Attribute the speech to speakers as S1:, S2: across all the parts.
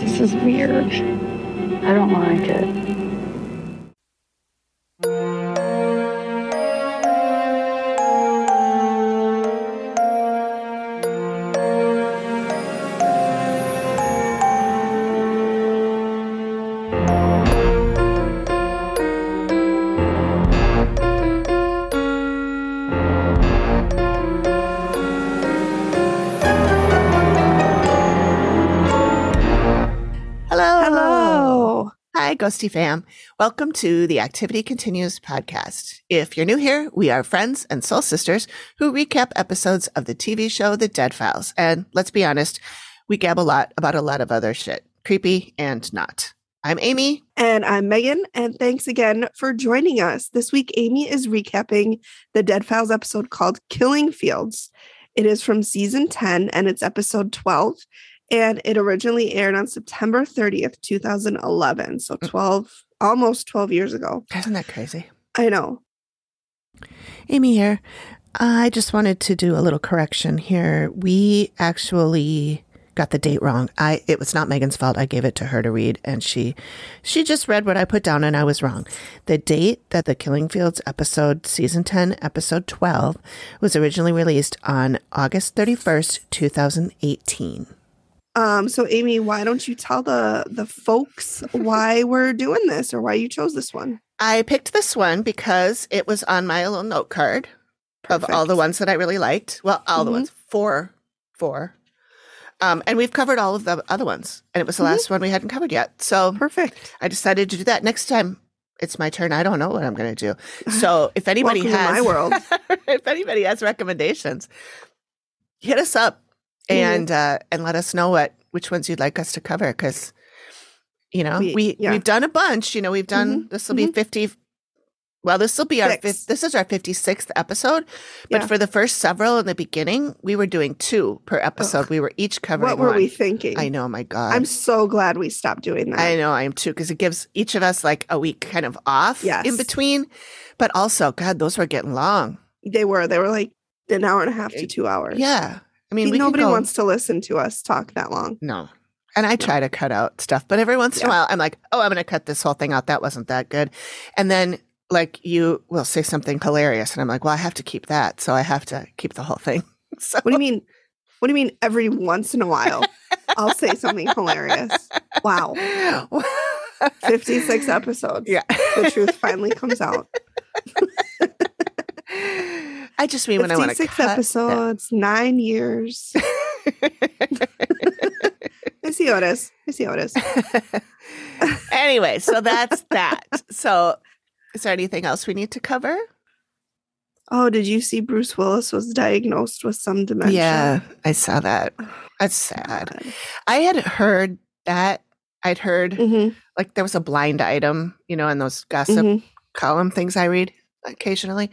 S1: This is weird. I don't like it.
S2: Hello.
S3: Hello.
S2: Hi, Ghosty fam. Welcome to the Activity Continues podcast. If you're new here, we are friends and soul sisters who recap episodes of the TV show The Dead Files. And let's be honest, we gab a lot about a lot of other shit, creepy and not. I'm Amy.
S3: And I'm Megan, and thanks again for joining us. This week, Amy is recapping the Dead Files episode called Killing Fields. It is from season 10 and it's episode 12. And it originally aired on September 30th, 2011. So
S2: Mm.
S3: 12, almost 12 years ago.
S2: Isn't that crazy?
S3: I know.
S2: Amy here. I just wanted to do a little correction here. We actually got the date wrong. I it was not Megan's fault. I gave it to her to read and she she just read what I put down and I was wrong. The date that the Killing Fields episode season 10 episode 12 was originally released on August 31st, 2018.
S3: Um, so Amy, why don't you tell the the folks why we're doing this or why you chose this one?
S2: I picked this one because it was on my little note card of all the
S3: Perfect.
S2: ones that I really liked. Well, all the
S3: Mhm.
S2: ones, four, four. Um, and we've covered all of the other ones, and it was the
S3: Mhm.
S2: last one we hadn't covered yet. So
S3: Perfect.
S2: I decided to do that next time. It's my turn. I don't know what I'm going to do. So if anybody
S3: Welcome to
S2: has
S3: my world.
S2: if anybody has recommendations, hit us up
S3: Mhm.
S2: and uh, and let us know what which ones you'd like us to cover because you know we,
S3: We-
S2: we
S3: yeah. Mm-hmm.
S2: have done a bunch. You know we've done this will be fifty. Well, this will be our
S3: Six.
S2: fifth, this is our fifty sixth episode, but
S3: Yeah.
S2: for the first several in the beginning, we were doing two per episode. We were each covering.
S3: What were
S2: one.
S3: we thinking?
S2: I know, my God,
S3: I'm so glad we stopped doing that.
S2: I know I am too, because it gives each of us like a week kind of off in
S3: Yes.
S2: between. But also, God, those were getting long.
S3: They were. They were like an hour and a half to two hours.
S2: Yeah. I mean, we could
S3: nobody
S2: go-
S3: wants to listen to us talk that long.
S2: No. And I try to cut out stuff, but every once in a
S3: Yeah.
S2: while, I'm like, oh, I'm going to cut this whole thing out. That wasn't that good. And then, like, you will say something hilarious. And I'm like, well, I have to keep that. So I have to keep the whole thing. So
S3: What do you mean? What do you mean? Every once in a while, I'll say something hilarious. Wow, Oh. 56 episodes.
S2: Yeah.
S3: The truth finally comes out.
S2: I just mean when I want to
S3: 56
S2: cut.
S3: episodes, nine years. I see how it is. I see how it is.
S2: anyway, so that's that. So, is there anything else we need to cover?
S3: Oh, did you see Bruce Willis was diagnosed with some dementia?
S2: I saw that. That's sad. I had heard that. I'd heard
S3: hmm
S2: like there was a blind item, you know, in those gossip column things I read occasionally,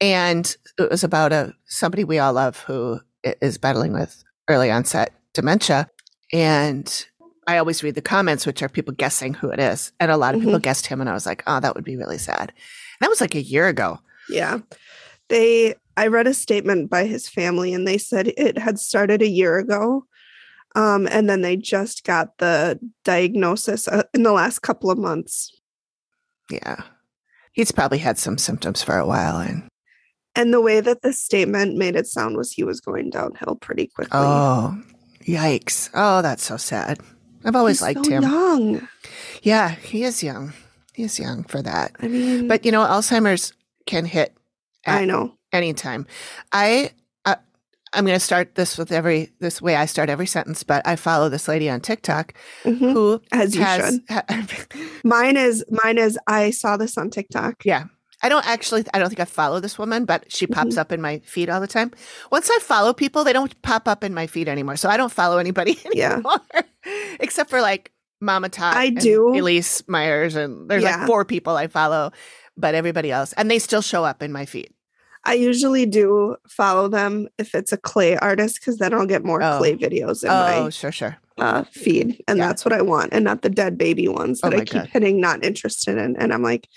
S2: and it was about a somebody we all love who i- is battling with early onset dementia, and I always read the comments, which are people guessing who it is, and a lot of
S3: Mm-hmm.
S2: people guessed him, and I was like, oh, that would be really sad. And that was like a year ago.
S3: Yeah. They I read a statement by his family and they said it had started a year ago. Um, and then they just got the diagnosis uh, in the last couple of months.
S2: Yeah, he's probably had some symptoms for a while, and
S3: And the way that the statement made it sound was he was going downhill pretty quickly.
S2: oh, yikes! Oh, that's so sad. I've always
S3: He's
S2: liked
S3: so
S2: him.
S3: Young.
S2: Yeah, he is young. He is young for that.
S3: I mean,
S2: But uh, you know, Alzheimer's can hit
S3: I know.
S2: anytime. I uh, I'm going to start this with every this way I start every sentence, but I follow this lady on TikTok
S3: Mhm.
S2: who
S3: As you
S2: has
S3: should. Mine is mine is I saw this on TikTok.
S2: Yeah. I don't actually I don't think I follow this woman, but
S3: Mm-hmm.
S2: she pops up in my feed all the time. Once I follow people, they don't pop up in my feed anymore. So I don't follow anybody
S3: Yeah.
S2: anymore. Except for like Mama Todd.
S3: I
S2: and
S3: do.
S2: Elise Myers and there's
S3: Yeah.
S2: like four people I follow, but everybody else and they still show up in my feed.
S3: I usually do follow them if it's a clay artist because then I'll get more
S2: Oh.
S3: clay videos in my
S2: Oh, sure, sure.
S3: uh, feed, and
S2: Yeah.
S3: that's what I want, and not the dead baby ones
S2: Oh
S3: that I
S2: my
S3: keep
S2: God.
S3: hitting not interested in. And I'm like,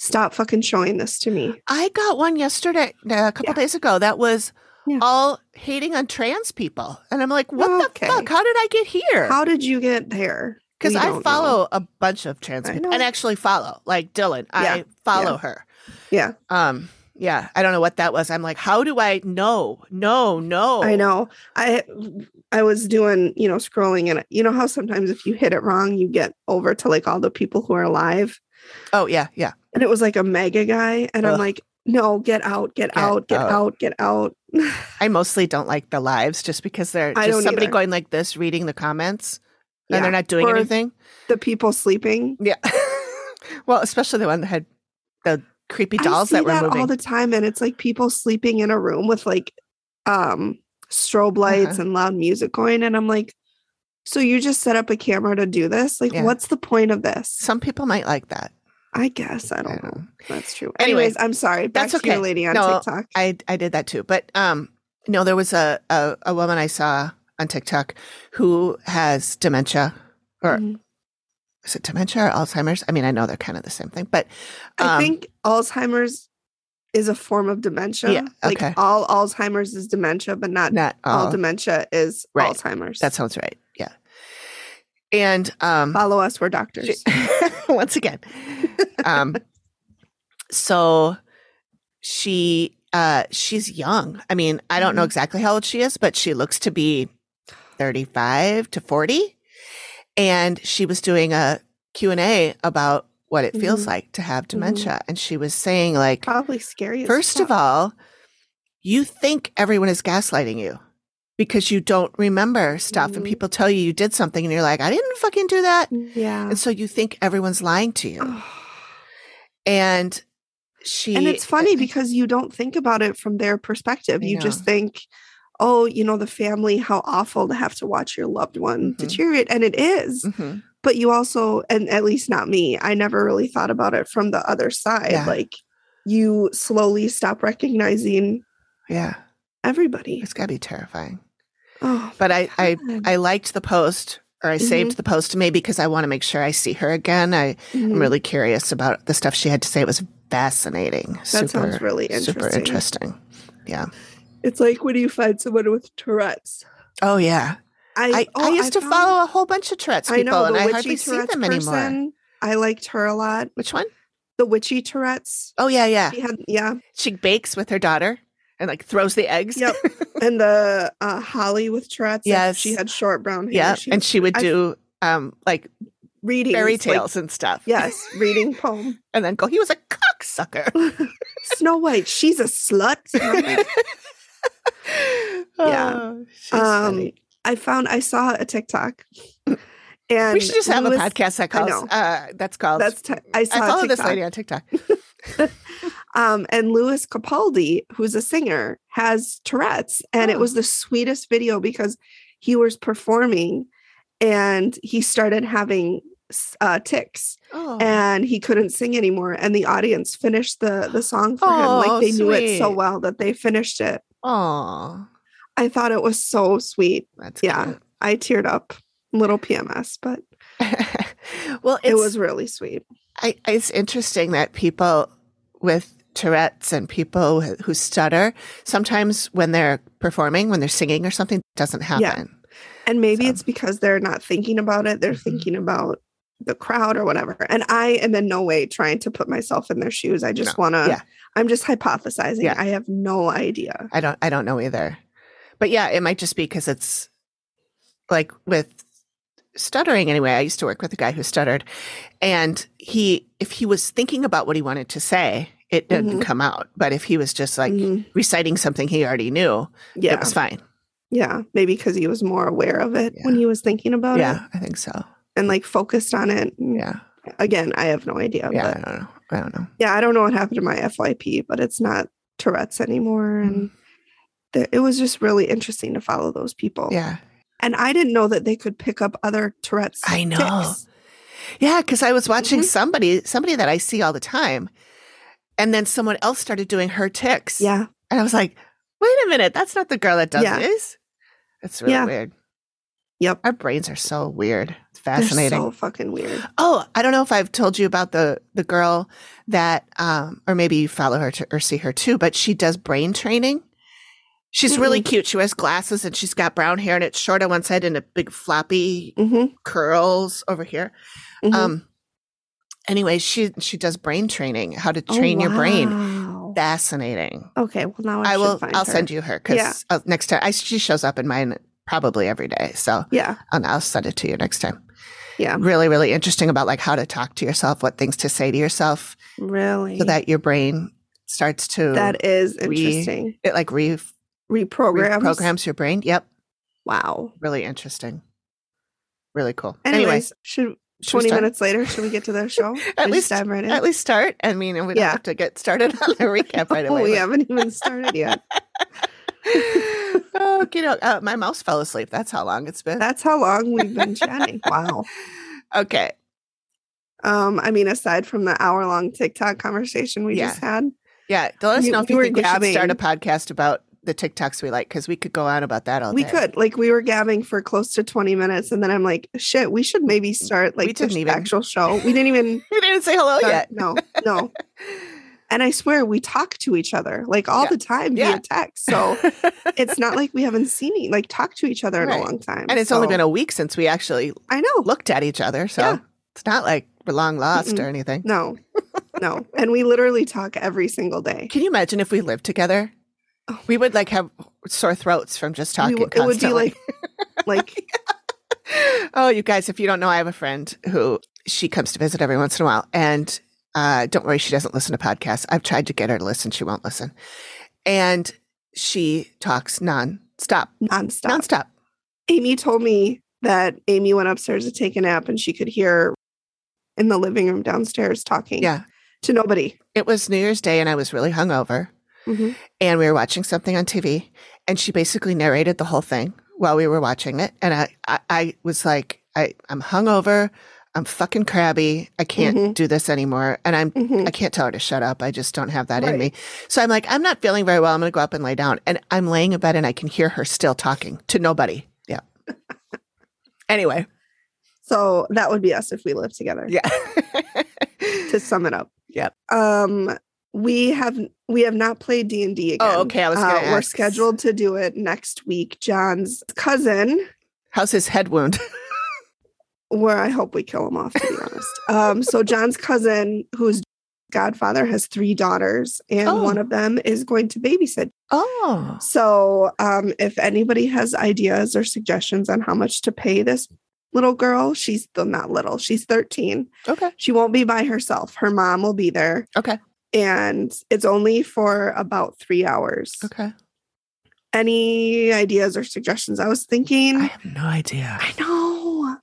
S3: stop fucking showing this to me.
S2: I got one yesterday, uh, a couple
S3: Yeah.
S2: days ago. That was
S3: Yeah.
S2: all hating on trans people, and I'm like, what the
S3: Okay.
S2: fuck? How did I get here?
S3: How did you get there?
S2: Because
S3: We
S2: I
S3: don't
S2: follow a bunch of trans
S3: I
S2: people
S3: know.
S2: and actually follow, like Dylan,
S3: Yeah,
S2: I follow
S3: yeah.
S2: her.
S3: Yeah.
S2: Um, yeah, I don't know what that was. I'm like, how do I know? No, no.
S3: I know. I I was doing, you know, scrolling and you know how sometimes if you hit it wrong, you get over to like all the people who are alive.
S2: Oh, yeah, yeah.
S3: And it was like a mega guy. And I'm
S2: Ugh.
S3: like, no, get out, get,
S2: Get
S3: out, get
S2: out.
S3: out, get out.
S2: I mostly don't like the lives just because they're
S3: I
S2: just
S3: don't
S2: somebody
S3: either.
S2: going like this, reading the comments, and
S3: Yeah.
S2: they're not doing
S3: Or-
S2: anything.
S3: The people sleeping.
S2: Yeah. well, especially the one that had the creepy
S3: I
S2: dolls
S3: see
S2: that were
S3: that
S2: moving.
S3: all the time. And it's like people sleeping in a room with like um strobe
S2: Uh-huh.
S3: lights and loud music going. And I'm like, so you just set up a camera to do this? Like,
S2: Yeah.
S3: what's the point of this?
S2: Some people might like that.
S3: I guess. I
S2: I
S3: don't
S2: don't
S3: know. That's true.
S2: Anyway,
S3: Anyways, I'm sorry. Back
S2: that's
S3: to your
S2: okay.
S3: lady on
S2: No,
S3: TikTok.
S2: I I did that too. But um no, there was a a, a woman I saw on TikTok who has dementia or
S3: Mhm.
S2: is it dementia or Alzheimer's? I mean, I know they're kind of the same thing, but
S3: I
S2: um,
S3: think Alzheimer's is a form of dementia.
S2: Yeah, okay.
S3: Like all Alzheimer's is dementia, but not
S2: not all.
S3: all dementia is
S2: Right.
S3: Alzheimer's.
S2: that sounds right. Yeah. And um
S3: follow us. We're doctors.
S2: She- once again. Um, so she uh, she's young. I mean, I don't know
S3: Mhm.
S2: exactly how old she is, but she looks to be 35 to 40. And she was doing a Q&A about what it feels
S3: Mhm.
S2: like to have dementia and she was saying like
S3: Probably scary. as
S2: first of
S3: fuck.
S2: all, you think everyone is gaslighting you because you don't remember stuff and
S3: Mhm.
S2: people tell you you did something and you're like, I didn't fucking do that.
S3: Mm, yeah.
S2: And so you think everyone's lying to you. And she
S3: and it's funny because you don't think about it from their perspective.
S2: I
S3: You just
S2: know.
S3: think, oh, you know, the family, how awful to have to watch your loved one
S2: Mhm.
S3: deteriorate. And it is.
S2: Mhm.
S3: But you also, and at least not me, I never really thought about it from the other side.
S2: Yeah.
S3: Like you slowly stop recognizing
S2: Yeah.
S3: everybody.
S2: It's gotta be terrifying.
S3: Oh,
S2: But I I,
S3: God.
S2: I liked the post or I
S3: Mm-hmm.
S2: saved the post maybe because I want to make sure I see her again. I,
S3: Mhm.
S2: I'm really curious about the stuff she had to say. It was fascinating.
S3: That sounds really
S2: Super
S3: interesting.
S2: interesting.
S3: It's like when you find someone with Tourette's.
S2: Oh yeah. I,
S3: oh,
S2: I used to
S3: found-
S2: follow a whole bunch of Tourette's people
S3: I know,
S2: and
S3: the
S2: I
S3: witchy
S2: hardly see
S3: Tourette's
S2: them anymore.
S3: person. I liked her a lot.
S2: Which one?
S3: The witchy Tourette's.
S2: Oh yeah, yeah.
S3: She had yeah,
S2: She bakes with her daughter and like throws the eggs.
S3: Yep. and the uh, Holly with Tourette's. like,
S2: Yes.
S3: she had short brown hair.
S2: yeah.
S3: she
S2: and
S3: was
S2: she would
S3: I-
S2: do um like
S3: reading
S2: fairy
S3: like,
S2: tales and stuff.
S3: yes, reading poem.
S2: and then go, he was a cocksucker.
S3: Snow White. She's a slut. And I'm like, Yeah.
S2: Oh, she's
S3: um,
S2: funny.
S3: I found I saw a TikTok, and
S2: we should just have
S3: Louis-
S2: a podcast that
S3: I
S2: calls
S3: know.
S2: uh, that's called.
S3: That's t- I saw a
S2: follow this
S3: TikTok.
S2: lady on TikTok.
S3: Um, and Louis Capaldi, who's a singer, has Tourette's, and it
S2: Oh.
S3: was the sweetest video because he was performing, and he started having s- uh, tics,
S2: Oh,
S3: and he couldn't sing anymore, and the audience finished the the song for him
S2: Oh,
S3: like they knew it so
S2: sweet.
S3: well that they finished it.
S2: Aw,
S3: I thought it was so sweet.
S2: that's
S3: Yeah, I teared up, little PMS, but
S2: cute. well, it's,
S3: it was really sweet.
S2: I, it's interesting that people with Tourette's and people who stutter sometimes when they're performing, when they're singing or something, it doesn't happen.
S3: Yeah. And maybe
S2: So.
S3: it's because they're not thinking about it. They're
S2: Mhm.
S3: thinking about the crowd or whatever. And I am in no way trying to put myself in their shoes. I just
S2: No.
S3: want to,
S2: Yeah.
S3: I'm just hypothesizing.
S2: Yeah.
S3: I have no idea.
S2: I don't I don't know either. But yeah, it might just be because it's like with stuttering anyway. I used to work with a guy who stuttered and he if he was thinking about what he wanted to say, it didn't
S3: Mhm.
S2: come out. But if he was just like
S3: Mhm.
S2: reciting something he already knew,
S3: yeah.
S2: it was fine.
S3: yeah. Maybe because he was more aware of it when he was thinking about it
S2: yeah, I think so.
S3: and like focused on it.
S2: Yeah.
S3: Again, I have no idea.
S2: Yeah,
S3: But
S2: I don't know. I don't know.
S3: yeah. I don't know what happened to my FYP, but it's not Tourette's anymore.
S2: Mm-hmm.
S3: And th- it was just really interesting to follow those people.
S2: Yeah.
S3: And I didn't know that they could pick up other Tourette's.
S2: I know.
S3: tics.
S2: Yeah, because I was watching
S3: Mhm.
S2: somebody somebody that I see all the time. And then someone else started doing her ticks.
S3: Yeah.
S2: And I was like, wait a minute, that's not the girl that does
S3: Yeah.
S2: this. It's really
S3: Yeah.
S2: weird.
S3: Yep.
S2: Our brains are so weird. It's
S3: They're
S2: fascinating.
S3: so fucking weird.
S2: oh, I don't know if I've told you about the the girl that um or maybe you follow her to, or see her too, but she does brain training She's really cute. She wears glasses and she's got brown hair and it's short on one side and a big floppy
S3: Mm-hmm.
S2: curls over here. Um anyway, she she does brain training, how to train your brain. Fascinating.
S3: Oh, Okay, well now I,
S2: I, will
S3: Find
S2: I'll
S3: her.
S2: send you her cuz
S3: Yeah.
S2: next time I, she shows up in mine probably every day. So
S3: Yeah,
S2: and I'll send it to you next time.
S3: yeah,
S2: Really really interesting about like how to talk to yourself, what things to say to yourself
S3: really.
S2: Mm-hmm. so that your brain starts to
S3: that is
S2: re-
S3: interesting.
S2: it like re-
S3: Reprograms.
S2: reprograms your brain. Yep.
S3: Wow.
S2: Really interesting. Really cool.
S3: Anyways,
S2: anyway,
S3: should
S2: should we
S3: twenty
S2: start?
S3: minutes later should we get to their show? Should we just
S2: least-
S3: dive right in.
S2: At least start. I mean, we don't
S3: Yeah.
S2: have to get started on the recap right
S3: Oh,
S2: away.
S3: we haven't even started yet.
S2: oh, you know, uh, my mouse fell asleep. That's how long it's been.
S3: That's how long we've been chatting. Wow.
S2: Okay.
S3: Um, I mean, aside from the hour long TikTok conversation we just had,
S2: Yeah. So Let us
S3: You-
S2: know if
S3: you
S2: you
S3: were
S2: think we should start a
S3: gabbing.
S2: podcast about the TikToks we like because we could go on about that all
S3: we
S2: day.
S3: could like we were gabbing for close to 20 minutes, and then I'm like, shit, we should maybe start like
S2: Mm, didn't
S3: the
S2: even- Oh,
S3: actual show. We didn't even
S2: We didn't say hello
S3: start-
S2: yet.
S3: no, no. And I swear we talk to each other like all
S2: Yeah.
S3: the time
S2: Yeah.
S3: via text. So it's not like we haven't seen e- like talked to each other in
S2: Right.
S3: a long time.
S2: and it's only
S3: So-
S2: been a week since we actually
S3: I know.
S2: looked at each other. So
S3: Yeah.
S2: it's not like we're long lost
S3: Mm-mm.
S2: or anything.
S3: No, no. And we literally talk every single day.
S2: Can you imagine if we lived together?
S3: Oh
S2: We would like have sore throats from just
S3: We
S2: talking.
S3: w- it would be
S2: constantly.
S3: like, like,
S2: oh, you guys, if you don't know, I have a friend who she comes to visit every once in a while. And uh, don't worry, she doesn't listen to podcasts. I've tried to get her to listen, she won't listen. And she talks nonstop,
S3: nonstop.
S2: nonstop.
S3: Amy told me that Amy went upstairs to take a nap and she could hear in the living room downstairs talking
S2: Yeah.
S3: to nobody.
S2: It was New Year's Day, and I was really hungover.
S3: Mhm.
S2: And we were watching something on TV, and she basically narrated the whole thing while we were watching it. And I, I, I was like, I, I'm hungover. I'm fucking crabby. I can't
S3: Mhm.
S2: do this anymore. And I'm
S3: Mhm.
S2: I can't tell her to shut up. I just don't have that in
S3: Right.
S2: me. So I'm like, I'm not feeling very well. I'm going to go up and lay down. And I'm laying in bed and I can hear her still talking to nobody. Yeah. anyway,
S3: So that would be us if we lived together.
S2: yeah.
S3: To sum it up.
S2: Yep.
S3: Um, we have we have not played D and D again. Uh,
S2: Oh, okay. I was gonna
S3: we're
S2: ask.
S3: scheduled to do it next week. John's cousin,
S2: How's his head wound?
S3: where I hope we kill him off, to be honest. Um, so John's cousin, who's godfather, has three daughters, and
S2: Oh.
S3: one of them is going to babysit
S2: Oh,
S3: So, um, if anybody has ideas or suggestions on how much to pay this little girl, she's still not little, she's 13.
S2: okay.
S3: She won't be by herself, her mom will be there.
S2: Okay.
S3: And it's only for about three hours.
S2: Okay.
S3: Any ideas or suggestions? I was thinking,
S2: I
S3: I,
S2: have no idea.
S3: know,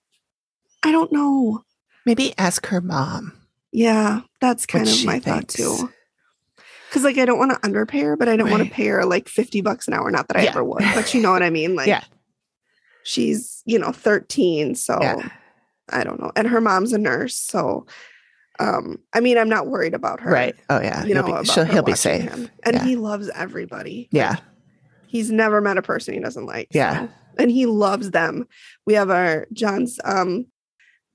S3: I don't know.
S2: Maybe ask her mom.
S3: Yeah, that's kind of
S2: she
S3: my thought
S2: thinks.
S3: too. Cause like I don't want to underpay her, but I don't want
S2: Right.
S3: to pay her like 50 bucks an hour. Not that I
S2: Yeah.
S3: ever would, but you know what I mean? Like
S2: Yeah.
S3: she's, you know, 13. So
S2: Yeah.
S3: I don't know. And her mom's a nurse. So um, I mean, I'm not worried about her.
S2: Right. Oh, yeah.
S3: You
S2: He'll
S3: know,
S2: be-
S3: about
S2: she'll-
S3: her
S2: he'll be
S3: watching
S2: safe.
S3: him. And
S2: Yeah.
S3: he loves everybody.
S2: Yeah.
S3: He's never met a person he doesn't like.
S2: Yeah.
S3: so- And he loves them. We have our John's um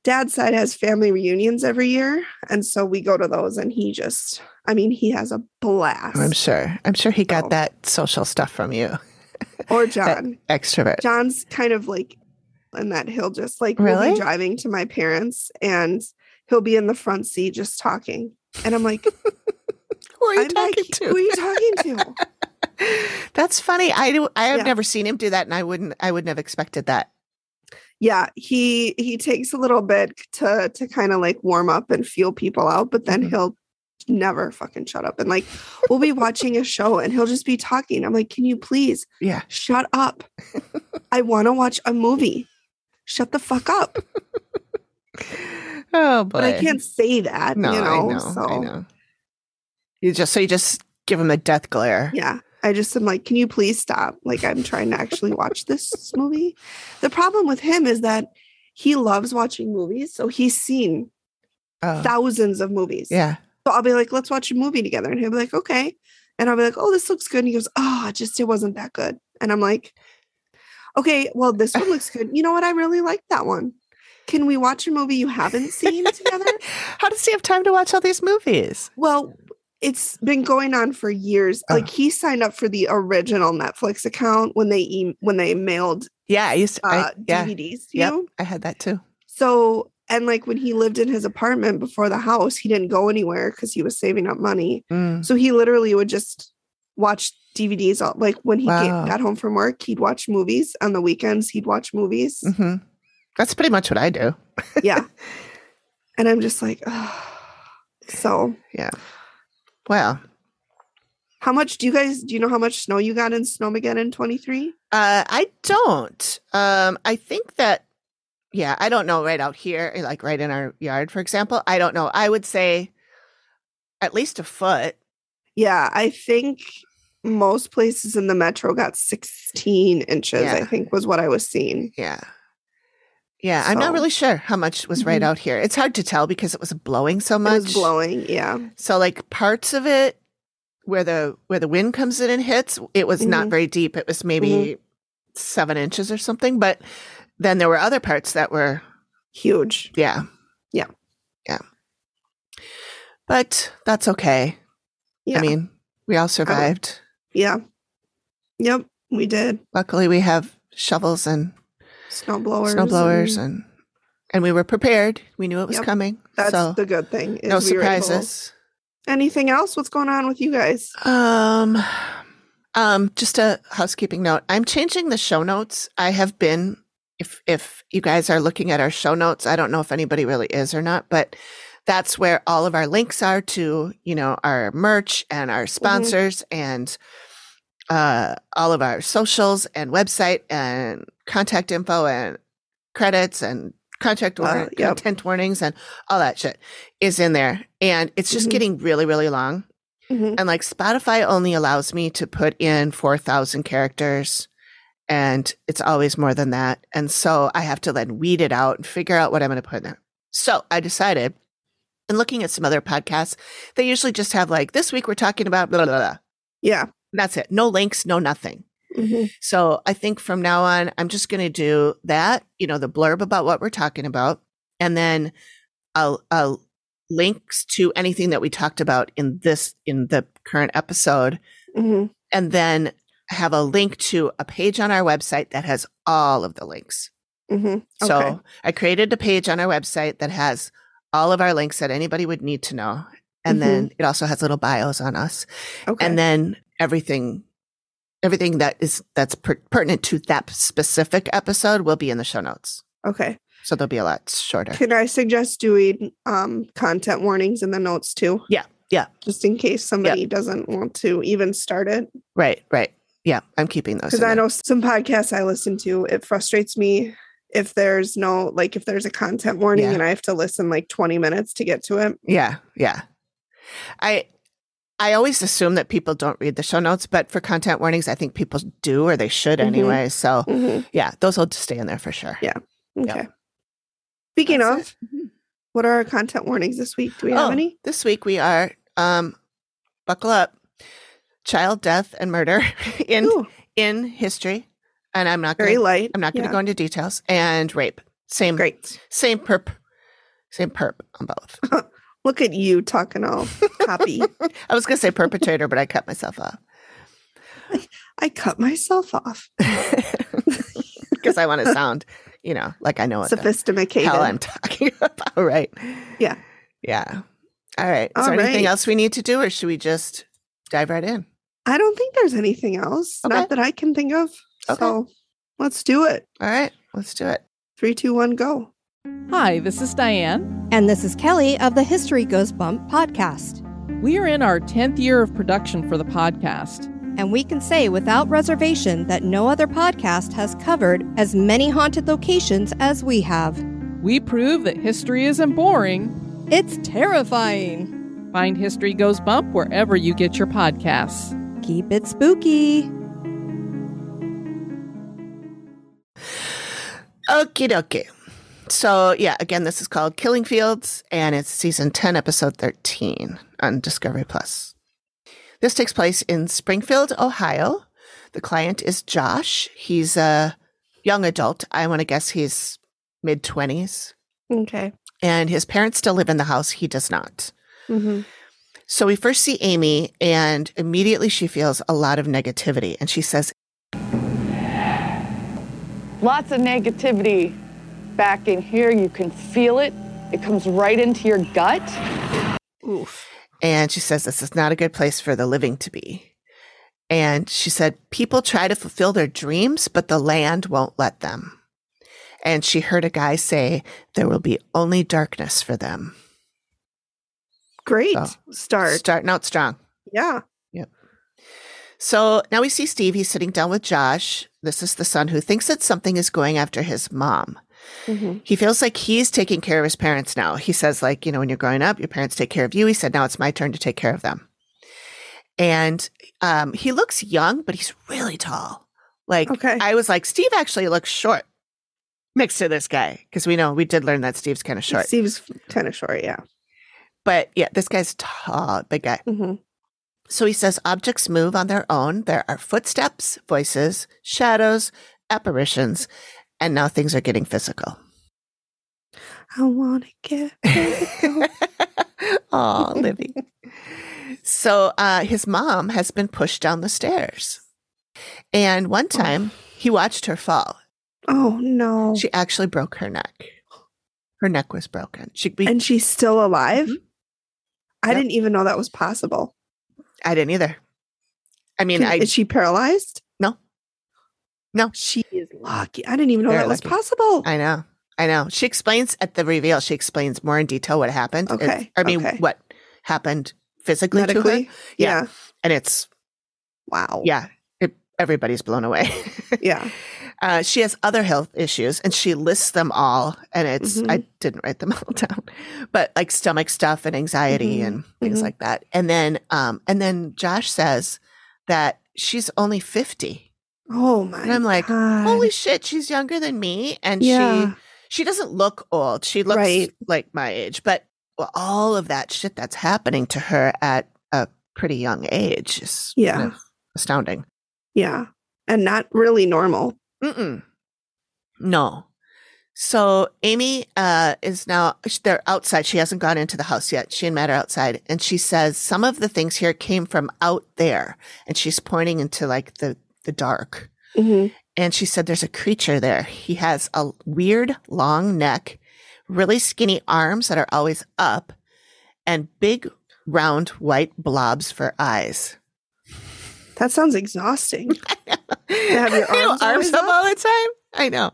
S3: dad's side has family reunions every year. And so we go to those and he just I mean, he has a blast.
S2: I'm sure. I'm sure he got
S3: So-
S2: that social stuff from you,
S3: or John.
S2: extrovert.
S3: John's kind of like and that he'll just like we'll
S2: Really?
S3: be driving to my parents and he'll be in the front seat just talking. And I'm like,
S2: Who are you
S3: I'm like,
S2: talking to?
S3: who are you talking to?
S2: That's funny. I do, I have
S3: Yeah.
S2: never seen him do that, and I wouldn't. I wouldn't have expected that.
S3: yeah he he takes a little bit to to kind of like warm up and feel people out but then
S2: Mhm.
S3: he'll never fucking shut up and like we'll be watching a show and he'll just be talking i'm like can you please
S2: Yeah.
S3: shut up i want to watch a movie shut the fuck up
S2: Oh boy!
S3: but i can't say that
S2: No,
S3: you know,
S2: I know.
S3: so
S2: I know. You just so you just give him a death glare.
S3: yeah i just am like can you please stop like i'm trying to actually watch this movie the problem with him is that he loves watching movies so he's seen
S2: Oh,
S3: thousands of movies
S2: yeah.
S3: So I'll be like, let's watch a movie together. And he'll be like, okay. And I'll be like, oh, this looks good. And he goes, oh, it just it wasn't that good. And I'm like, okay, well, this one looks good. You know what? I really like that one. Can we watch a movie you haven't seen together?
S2: How does he have time to watch all these movies?
S3: Well, it's been going on for years.
S2: Oh.
S3: Like he signed up for the original Netflix account when they e- when they mailed
S2: Yeah, I used to,
S3: uh,
S2: I, yeah,
S3: DVDs to
S2: Yep.
S3: you.
S2: I had that too.
S3: So and like when he lived in his apartment before the house, he didn't go anywhere because he was saving up money.
S2: Mm.
S3: So he literally would just watch DVDs. All, like when he ga-
S2: Wow.
S3: got home from work, he'd watch movies on the weekends. He'd watch movies.
S2: hmm That's pretty much what I do.
S3: yeah. And I'm just like, oh. so
S2: Well,
S3: how much do you guys do you know how much snow you got in Snowmageddon 23?
S2: Uh, I don't. Um, I think that, yeah, I don't know right out here, eh, like right in our yard, for example. I don't know. I would say at least a foot.
S3: Yeah, I think most places in the metro got 16 inches, I
S2: Yeah.
S3: think was what I was seeing.
S2: Yeah. Yeah. I'm
S3: So-
S2: not really sure how much was right
S3: Mhm.
S2: out here. It's hard to tell because it was blowing so
S3: It
S2: much.
S3: was blowing, yeah.
S2: So like parts of it where the where the wind comes in and hits, it was not
S3: Mhm.
S2: very deep. It was maybe
S3: Mm-hmm.
S2: seven inches or something. But then there were other parts that were
S3: Huge.
S2: Yeah.
S3: Yeah.
S2: Yeah. But that's okay.
S3: Yeah.
S2: I mean, we all survived.
S3: yeah. Yep, we did.
S2: Luckily, we have shovels and
S3: Snow blowers.
S2: snow blowers,
S3: and
S2: and and we were prepared. We knew it was
S3: Yep.
S2: coming.
S3: that's
S2: so
S3: the good thing.
S2: no
S3: is we were able-
S2: surprises.
S3: Anything else? What's going on with you guys?
S2: Um, um, just a housekeeping note. I'm changing the show notes. I have been, if if you guys are looking at our show notes, I don't know if anybody really is or not, but that's where all of our links are to, you know, our merch and our sponsors and uh all of our socials and website and contact info and credits and contract
S3: Wow,
S2: warrant,
S3: yep.
S2: content warnings and all that shit is in there. And it's just
S3: Mhm.
S2: getting really, really long.
S3: Mhm.
S2: And like Spotify only allows me to put in 4,000 characters and it's always more than that. And so I have to then weed it out and figure out what I'm going to put in there. So I decided and looking at some other podcasts, they usually just have like this week we're talking about blah, blah, blah. blah."
S3: Yeah.
S2: That's it. No links, no nothing.
S3: Mhm.
S2: So I think from now on, I'm just going to do that, you know, the blurb about what we're talking about, and then I'll, I'll links to anything that we talked about in this, in the current episode,
S3: Mhm.
S2: and then have a link to a page on our website that has all of the links. Mm-hmm.
S3: Mhm. Okay.
S2: So I created a page on our website that has all of our links that anybody would need to know. And
S3: Mhm.
S2: then it also has little bios on us
S3: okay.
S2: and then everything everything that is that's per- pertinent to that specific episode will be in the show notes
S3: okay.
S2: so they'll be a lot shorter
S3: Can I suggest doing um, content warnings in the notes too?
S2: Yeah, yeah.
S3: Just in case somebody doesn't want to even start it.
S2: right right yeah i'm keeping those
S3: Because
S2: in
S3: I
S2: there.
S3: know some podcasts I listen to, it frustrates me if there's no, like, if there's a content warning
S2: Yeah.
S3: and I have to listen like 20 minutes to get to it.
S2: yeah yeah i i always assume that people don't read the show notes but for content warnings i think people do or they should
S3: Mhm.
S2: anyway so
S3: Mhm.
S2: yeah those will stay in there for sure
S3: Yeah. Okay.
S2: Yep.
S3: Speaking of,
S2: That's it. Mhm.
S3: what are our content warnings this week? Do we have
S2: Oh,
S3: any?
S2: This week we are um buckle up child death and murder in
S3: Ooh,
S2: in history and I'm not
S3: very
S2: gonna,
S3: light.
S2: I'm not going to
S3: yeah.
S2: go into details and rape. Same
S3: Great.
S2: same perp same perp on both.
S3: Look at you talking all happy.
S2: I was going to say perpetrator but I cut myself off.
S3: I cut myself off.
S2: Cuz I want to sound, you know, like Oh, I know what the
S3: Sophisticated.
S2: hell I'm talking about, right?
S3: Yeah.
S2: Yeah. All right. Is
S3: All
S2: there anything
S3: right.
S2: else we need to do or should we just dive right in?
S3: I don't think there's anything else,
S2: Okay.
S3: not that I can think of.
S2: Okay.
S3: So let's do it.
S2: All right. Let's do it.
S3: Three, two, one, go.
S4: Hi, this is Diane.
S5: And this is Kelly of the History Goes Bump podcast.
S4: We are in our 10th year of production for the podcast.
S5: And we can say without reservation that no other podcast has covered as many haunted locations as we have.
S4: We prove that history isn't boring.
S5: It's terrifying.
S4: Find History Goes Bump wherever you get your podcasts.
S5: Keep it spooky.
S2: Okie dokie. So, yeah, again, this is called Killing Fields, and it's season 10, episode 13 on Discovery Plus. This takes place in Springfield, Ohio. The client is Josh. He's a young adult. I want to guess he's mid 20s.
S3: Okay.
S2: And his parents still live in the house. He does not.
S3: Mm-hmm.
S2: So we first see Amy, and immediately she feels a lot of negativity. And she says,
S6: Lots of negativity back in here. You can feel it. It comes right into your gut.
S3: Oof.
S2: and she says, This is not a good place for the living to be. And she said, People try to fulfill their dreams, but the land won't let them. And she heard a guy say, There will be only darkness for them.
S3: Great
S2: So,
S3: start.
S2: Starting out strong.
S3: yeah.
S2: So now we see Steve. He's sitting down with Josh. This is the son who thinks that something is going after his mom.
S3: Mhm.
S2: He feels like he's taking care of his parents now. He says, like, you know, when you're growing up, your parents take care of you. He said, now it's my turn to take care of them. And um, he looks young, but he's really tall. Like,
S3: Okay.
S2: I was like, Steve actually looks short next to this guy because we know we did learn that Steve's kind of short.
S3: Steve's kind of short. Yeah.
S2: But yeah, this guy's tall, big guy.
S3: hmm
S2: So he says objects move on their own. There are footsteps, voices, shadows, apparitions, and now things are getting physical.
S3: I want to get.
S2: Oh, Livy. So uh, his mom has been pushed down the stairs. And one time he watched her fall.
S3: Oh no!
S2: She actually broke her neck. Her neck was broken. She, we,
S3: and she's still alive. I
S2: Mm-hmm. Yep.
S3: didn't even know that was possible.
S2: I didn't either. I mean,
S3: Can-
S2: I,
S3: is she paralyzed?
S2: No. No.
S3: She is lucky. I didn't even know
S2: Very
S3: that was
S2: lucky.
S3: possible.
S2: I know. I know. She explains at the reveal, she explains more in detail what happened. It's-
S3: Okay,
S2: I mean,
S3: okay.
S2: what happened physically to her.
S3: Medically?
S2: Yeah.
S3: Yeah.
S2: And it's,
S3: Wow.
S2: yeah, it, everybody's blown away.
S3: Yeah.
S2: Uh, she has other health issues and she lists them all. And it's,
S3: Mhm.
S2: I didn't write them all down, but like stomach stuff and anxiety
S3: Mhm,
S2: and things
S3: mhm.
S2: like that. And then, um, and then Josh says that she's only 50.
S3: Oh my.
S2: And I'm like,
S3: God.
S2: Holy shit, she's younger than me. And she,
S3: Yeah.
S2: she doesn't look old. She looks
S3: Right.
S2: like my age, but all of that shit that's happening to her at a pretty young age is kind
S3: Yeah.
S2: of astounding.
S3: yeah. And not really normal.
S2: Mm-mm. No. So Amy uh, is now, sh- they're outside. She hasn't gone into the house yet. She and Matt are outside. And she says, some of the things here came from out there. And she's pointing into like the, the dark.
S3: hmm
S2: And she said, There's a creature there. He has a weird long neck, really skinny arms that are always up, and big round white blobs for eyes.
S3: That sounds exhausting. have your
S2: You know,
S3: arms always
S2: up
S3: up?
S2: all the time. I know.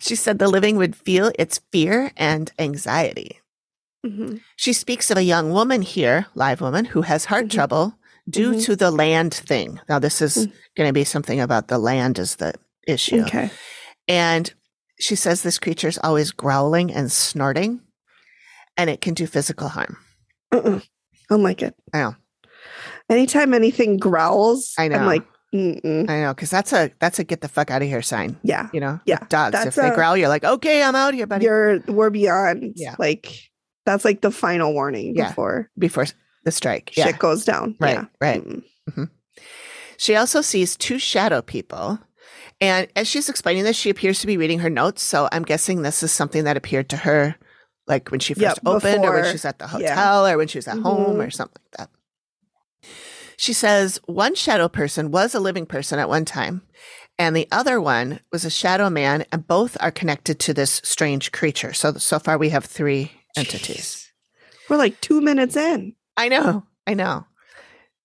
S2: She said the living would feel its fear and anxiety.
S3: hmm
S2: She speaks of a young woman here, live woman, who has heart
S3: Mhm.
S2: trouble due
S3: Mhm.
S2: to the land thing. Now, this is going to be something about the land is the issue.
S3: Mm. Okay.
S2: And she says this creature is always growling and snorting, and it can do physical harm.
S3: Uh-uh. I don't like it.
S2: I know.
S3: Anytime anything growls,
S2: I know.
S3: I'm like, Mm-mm.
S2: I know, because that's a that's a get the fuck out of here sign.
S3: yeah,
S2: You know,
S3: Yeah,
S2: With dogs if
S3: that's
S2: they
S3: a-
S2: growl, you're like, okay, I'm out here, buddy.
S3: you're we're beyond.
S2: Yeah.
S3: Like that's like the final warning
S2: Yeah.
S3: before
S2: Before the strike, yeah,
S3: shit goes down.
S2: right,
S3: Yeah.
S2: right.
S3: Mm-mm.
S2: She also sees two shadow people, and as she's explaining this, she appears to be reading her notes. So I'm guessing this is something that appeared to her, like when she
S3: Yeah,
S2: first opened, or when
S3: before.
S2: she's at the
S3: Yeah.
S2: hotel, or when she was at home,
S3: Mhm.
S2: or something like that. She says one shadow person was a living person at one time, and the other one was a shadow man, and both are connected to this strange creature. So so far we have three entities.
S3: We're like two minutes in.
S2: I know. I know.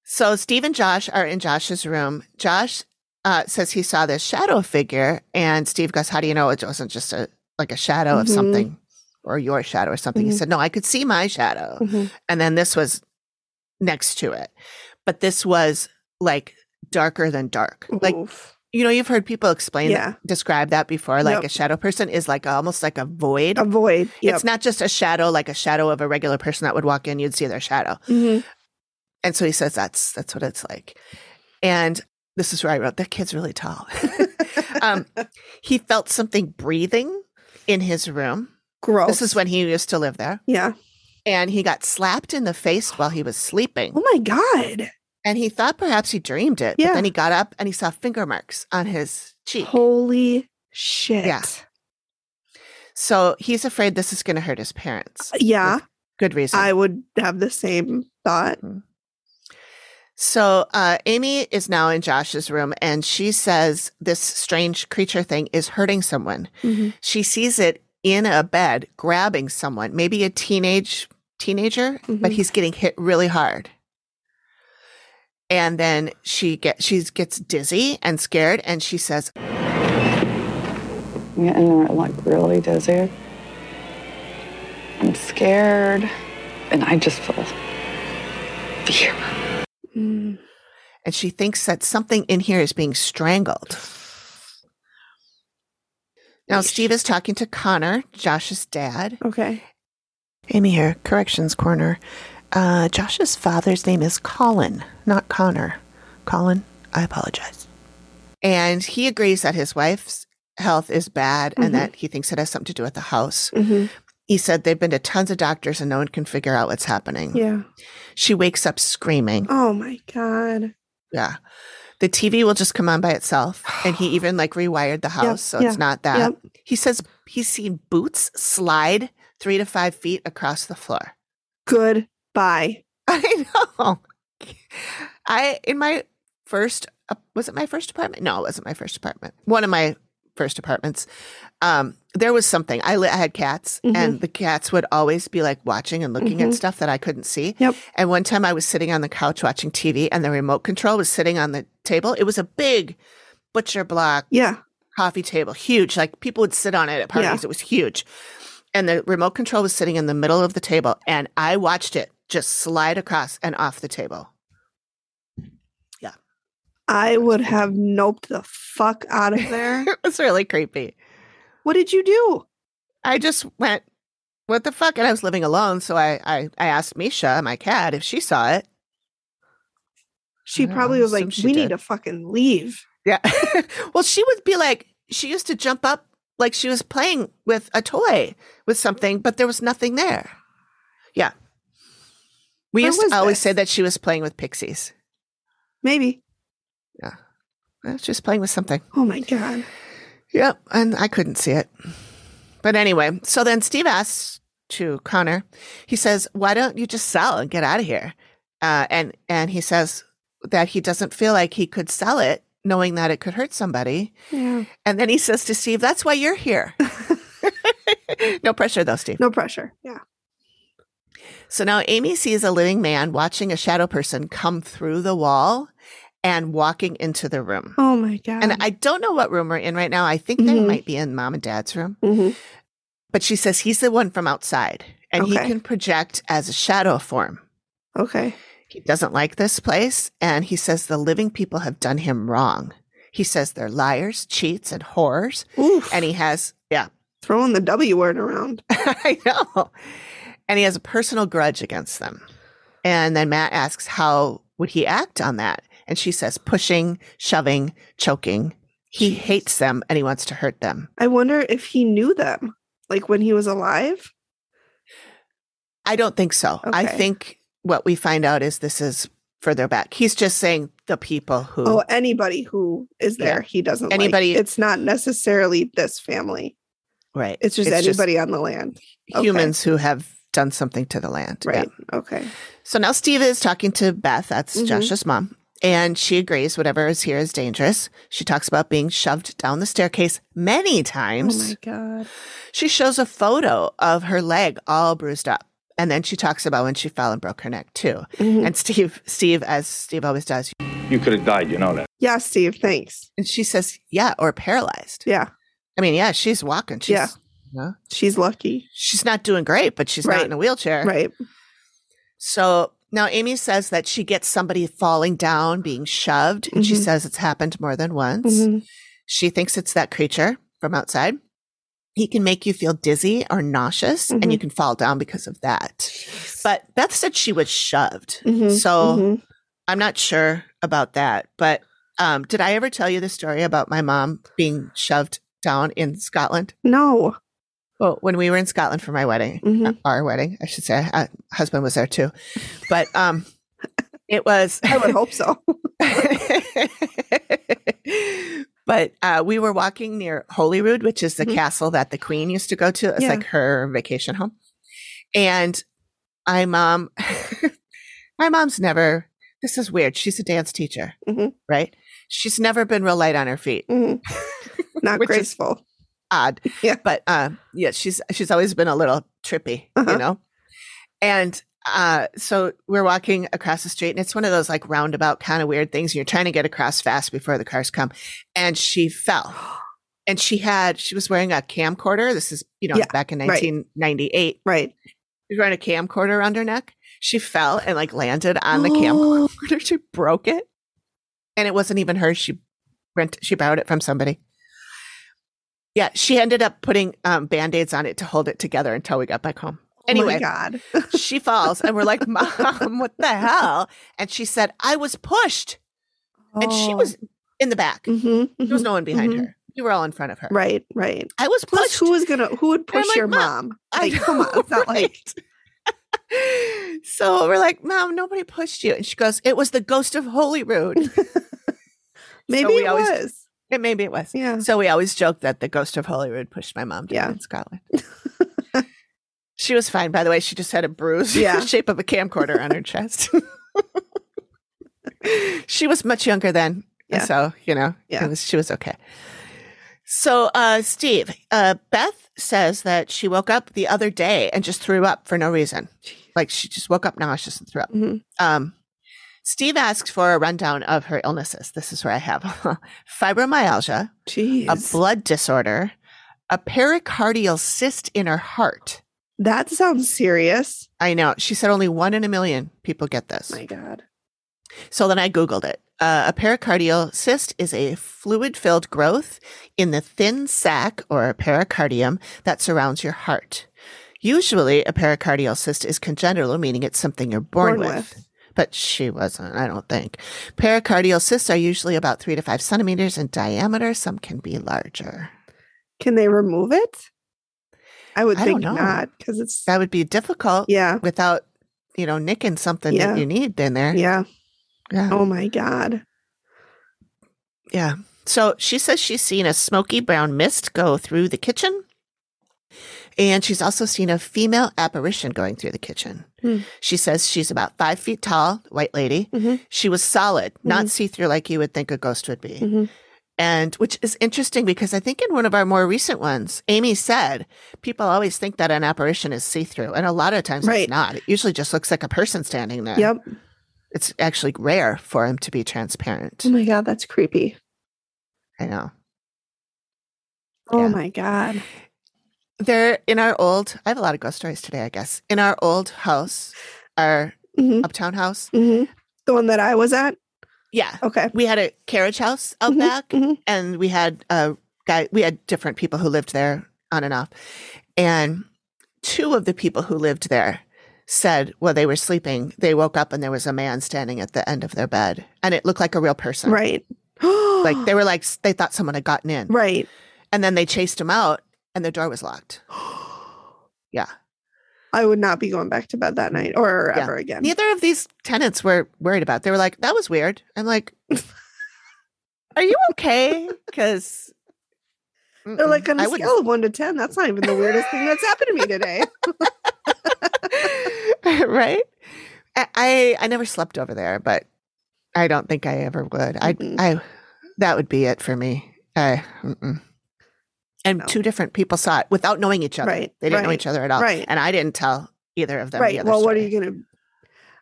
S2: So Steve and Josh are in Josh's room. Josh uh, says he saw this shadow figure, and Steve goes, "How do you know it wasn't just a like a shadow of
S3: Mhm.
S2: something or your shadow or something?" He
S3: Mhm.
S2: said, "No, I could see my shadow, and then this was next to it, but this was like darker than dark. Like
S3: Oof.
S2: you know, you've heard people explain
S3: Yeah.
S2: describe that before. Like
S3: Yep.
S2: a shadow person is like almost like a void."
S3: avoid. Yep.
S2: It's not just a shadow, like a shadow of a regular person that would walk in, you'd see their shadow.
S3: Mhm.
S2: And so he says that's that's what it's like. And this is where I wrote that kid's really tall. um, he felt something breathing in his room.
S3: Gross.
S2: This is when he used to live there.
S3: Yeah.
S2: And he got slapped in the face while he was sleeping.
S3: Oh my god.
S2: And he thought perhaps he dreamed it. But
S3: Yeah.
S2: then he got up and he saw finger marks on his cheek.
S3: Holy shit.
S2: Yeah. So he's afraid this is going to hurt his parents.
S3: Yeah.
S2: Good reason.
S3: I would have the same thought.
S2: So uh, Amy is now in Josh's room and she says this strange creature thing is hurting someone.
S3: Mhm.
S2: She sees it in a bed grabbing someone, maybe a teenage teenager, but
S3: Mhm.
S2: he's getting hit really hard. And then she get she gets dizzy and scared and she says,
S6: I'm getting like really dizzy. I'm scared, and I just feel fear.
S3: Mm.
S2: and she thinks that something in here is being strangled. Now Steve is talking to Connor, Josh's dad,
S3: Okay.
S2: Amy here, Corrections Corner. Uh, Josh's father's name is Colin, not Connor. Colin, I apologize. And he agrees that his wife's health is bad
S3: Mm-hmm.
S2: and that he thinks it has something to do with the house.
S3: Mhm.
S2: He said they've been to tons of doctors and no one can figure out what's happening.
S3: Yeah.
S2: She wakes up screaming.
S3: Oh my God.
S2: Yeah. The TV will just come on by itself. And he even like rewired the house. so
S3: yeah,
S2: it's not that. He says he's seen boots slide three to five feet across the floor.
S3: Goodbye.
S2: I know. I in my first uh, was it my first apartment? No, it wasn't my first apartment. One of my first apartments. Um, there was something. I, li- I had cats, and the cats would always be like watching and looking at stuff that I couldn't see.
S3: Yep.
S2: And one time, I was sitting on the couch watching TV, and the remote control was sitting on the table. It was a big butcher block
S3: Yeah.
S2: coffee table, huge. Like people would sit on it at parties. It
S3: Yeah.
S2: was huge. And the remote control was sitting in the middle of the table, and I watched it just slide across and off the table.
S3: I would have noped the fuck out of there.
S2: It was really creepy.
S3: what did you do?
S2: I just went, "What the fuck?" And I was living alone, so I I, I asked Misha, my cat, if she saw it.
S3: She
S2: I don't know,
S3: probably was
S2: assume
S3: like,
S2: she
S3: we
S2: did.
S3: need to fucking leave.
S2: Yeah. well, she would be like, she used to jump up like she was playing with a toy with something, but there was nothing there. Yeah. We
S3: Where
S2: used to
S3: was
S2: always
S3: this?
S2: say that she was playing with pixies.
S3: Maybe.
S2: Well, She was playing with something.
S3: Oh my God.
S2: Yep, and I couldn't see it. But anyway, so then Steve asks to Connor, he says, "Why don't you just sell and get out of here?" Uh, and and he says that he doesn't feel like he could sell it, knowing that it could hurt somebody.
S3: Yeah.
S2: And then he says to Steve, "That's why you're here." no pressure though, Steve.
S3: No pressure. Yeah.
S2: So now Amy sees a living man watching a shadow person come through the wall and walking into the room.
S3: Oh my God.
S2: And I don't know what room we're in right now. I think they
S3: Mhm.
S2: might be in mom and dad's room.
S3: Mhm.
S2: But she says he's the one from outside and he
S3: Okay.
S2: can project as a shadow form.
S3: Okay.
S2: He doesn't like this place and he says the living people have done him wrong. He says they're liars, cheats, and whores.
S3: Oof.
S2: And he has, yeah,
S3: Throwing the W word around.
S2: I know. And he has a personal grudge against them. And then Matt asks, how would he act on that? And she says, pushing, shoving, choking. He hates them and he wants to hurt them.
S3: I wonder if he knew them, like when he was alive.
S2: I don't think so. I
S3: Okay.
S2: think what we find out is this is further back. He's just saying the people who.
S3: Oh, anybody who is
S2: Yeah.
S3: there, he doesn't. like.
S2: Anybody-
S3: It's not necessarily this family.
S2: right.
S3: It's just anybody on the land. okay.
S2: humans who have done something to the land. Yeah.
S3: Right. Okay. Oh
S2: So now Steve is talking to Beth, that's
S3: Mhm.
S2: Josh's mom, and she agrees whatever is here is dangerous. She talks about being shoved down the staircase
S3: Oh
S2: many times.
S3: god.
S2: She shows a photo of her leg all bruised up. And then she talks about when she fell and broke her neck too.
S3: Hmm.
S2: And Steve, Steve, as Steve always does,
S7: You could have died, you know that.
S3: Yeah, Steve. Thanks.
S2: and she says, "Yeah," or paralyzed.
S3: Yeah,
S2: I mean, yeah, she's walking. She's,
S3: Yeah. she's lucky.
S2: she's not doing great, but she's not
S3: Right.
S2: in a wheelchair.
S3: Right.
S2: So now Amy says that she gets somebody falling down, being shoved, and she
S3: Mhm.
S2: says it's happened more than once.
S3: Mhm.
S2: She thinks it's that creature from outside. He can make you feel dizzy or nauseous,
S3: Mm-hmm.
S2: and you can fall down because of that. But Beth said she was shoved.
S3: Mhm.
S2: So
S3: Mhm.
S2: I'm not sure about that. But um, did I ever tell you the story about my mom being shoved down in Scotland?
S3: no.
S2: Well, when we were in Scotland for my wedding,
S3: Mhm.
S2: uh, our wedding, I should say, uh, husband was there too, but um, it was.
S3: I would hope so.
S2: but uh, we were walking near Holyrood, which is the
S3: Mhm.
S2: castle that the Queen used to go to. It's
S3: Yeah.
S2: like her vacation home, and my mom my mom's never this is weird she's a dance teacher
S3: Mhm.
S2: right she's never been real light on her feet
S3: Mhm. Not
S2: Which is-
S3: graceful.
S2: odd
S3: Yeah.
S2: but um yeah she's she's always been a little trippy
S3: Uh-huh.
S2: you know and uh so we're walking across the street and it's one of those like roundabout kind of weird things and you're trying to get across fast before the cars come and she fell and she had she was wearing a camcorder this is you know
S3: Yeah,
S2: back in
S3: right.
S2: 1998
S3: right.
S2: She was wearing a camcorder around her neck. She fell and like landed on the camcorder. She broke it, and it wasn't even hers. She rent she borrowed it from somebody. Yeah, she ended up putting um, band aids on it to hold it together until we got back home.
S3: oh my
S2: Anyway,
S3: God.
S2: she falls, and we're like, "Mom, what the hell?" And she said, "I was pushed," and she was in the back.
S3: Oh. Mm-hmm.
S2: There was no one behind
S3: mhm.
S2: her. We were all in front of her.
S3: Right, right.
S2: I was
S3: Plus,
S2: pushed.
S3: who was gonna who would
S2: I'm
S3: push
S2: like,
S3: your
S2: "Mom,
S3: mom?
S2: I
S3: Like, come on,
S2: know,
S3: it's not like
S2: right? So we're like, Mom, nobody pushed you. And she goes, It was the ghost of Holyrood.
S3: maybe
S2: we
S3: it
S2: always-
S3: was.
S2: and maybe it was.
S3: Yeah.
S2: So we always joke that the ghost of Holyrood pushed my mom down
S3: Yeah.
S2: in Scotland. she was fine, by the way. She just had a bruise in
S3: Yeah.
S2: the shape of a camcorder on her chest. she was much younger then. and
S3: Yeah.
S2: So, you know, it
S3: Yeah.
S2: was- she was okay. So, uh, Steve, uh, Beth says that she woke up the other day and just threw up for no reason. Like she just woke up nauseous and threw up.
S3: Mhm.
S2: Um, Steve asked for a rundown of her illnesses. This is where I have fibromyalgia,
S3: Jeez.
S2: a blood disorder, a pericardial cyst in her heart.
S3: that sounds serious.
S2: I know. She said only one in a million people get this.
S3: My God.
S2: So then I Googled it. Uh, a pericardial cyst is a fluid filled growth in the thin sac or pericardium that surrounds your heart. Usually, a pericardial cyst is congenital, meaning it's something you're born,
S3: Born
S2: with.
S3: with.
S2: But she wasn't, I don't think. Pericardial cysts are usually about three to five centimeters in diameter. Some can be larger.
S3: Can they remove it? I would
S2: I don't
S3: think
S2: know.
S3: not, because it's
S2: That would be difficult
S3: yeah,
S2: without, you know, nicking something
S3: Yeah.
S2: that you need in there.
S3: yeah.
S2: Yeah.
S3: Oh my God.
S2: Yeah. So she says she's seen a smoky brown mist go through the kitchen. And she's also seen a female apparition going through the kitchen.
S3: Hmm.
S2: She says she's about five feet tall, white lady.
S3: Mhm.
S2: She was solid,
S3: Hmm.
S2: not see through like you would think a ghost would be.
S3: Mhm.
S2: And which is interesting because I think in one of our more recent ones, Amy said people always think that an apparition is see through. And a lot of times
S3: Right.
S2: it's not. It usually just looks like a person standing there.
S3: Yep.
S2: It's actually rare for him to be transparent.
S3: Oh my God, that's creepy.
S2: I know.
S3: Oh
S2: Yeah.
S3: my God.
S2: there in our old i have a lot of ghost stories today i guess in our old house our
S3: hmm
S2: uptown house
S3: hmm The one that I was at.
S2: yeah
S3: Okay.
S2: we had a carriage house out
S3: Mhm,
S2: back
S3: mhm.
S2: and we had a guy we had different people who lived there on and off and two of the people who lived there said while they were sleeping they woke up and there was a man standing at the end of their bed and it looked like a real person
S3: Right.
S2: like they were like s- they thought someone had gotten in
S3: right.
S2: and then they chased him out and the door was locked Yeah.
S3: I would not be going back to bed that night or
S2: Yeah.
S3: ever again.
S2: Neither of these tenants were worried about. it. They were like, "That was weird." I'm like, "Are you okay?" Because
S3: They're like on a
S2: I
S3: scale of one to ten. That's not even the weirdest thing that's happened to me today.
S2: wouldn't- right. I, I I never slept over there, but I don't think I ever would. I
S3: Mhm.
S2: I that would be it for me. I, mm-mm. And
S3: No.
S2: two different people saw it without knowing each other.
S3: Right,
S2: They didn't know
S3: right,
S2: each other at all,
S3: right.
S2: and I didn't tell either of them. the
S3: right.
S2: other
S3: Well, what are
S2: story.
S3: you gonna?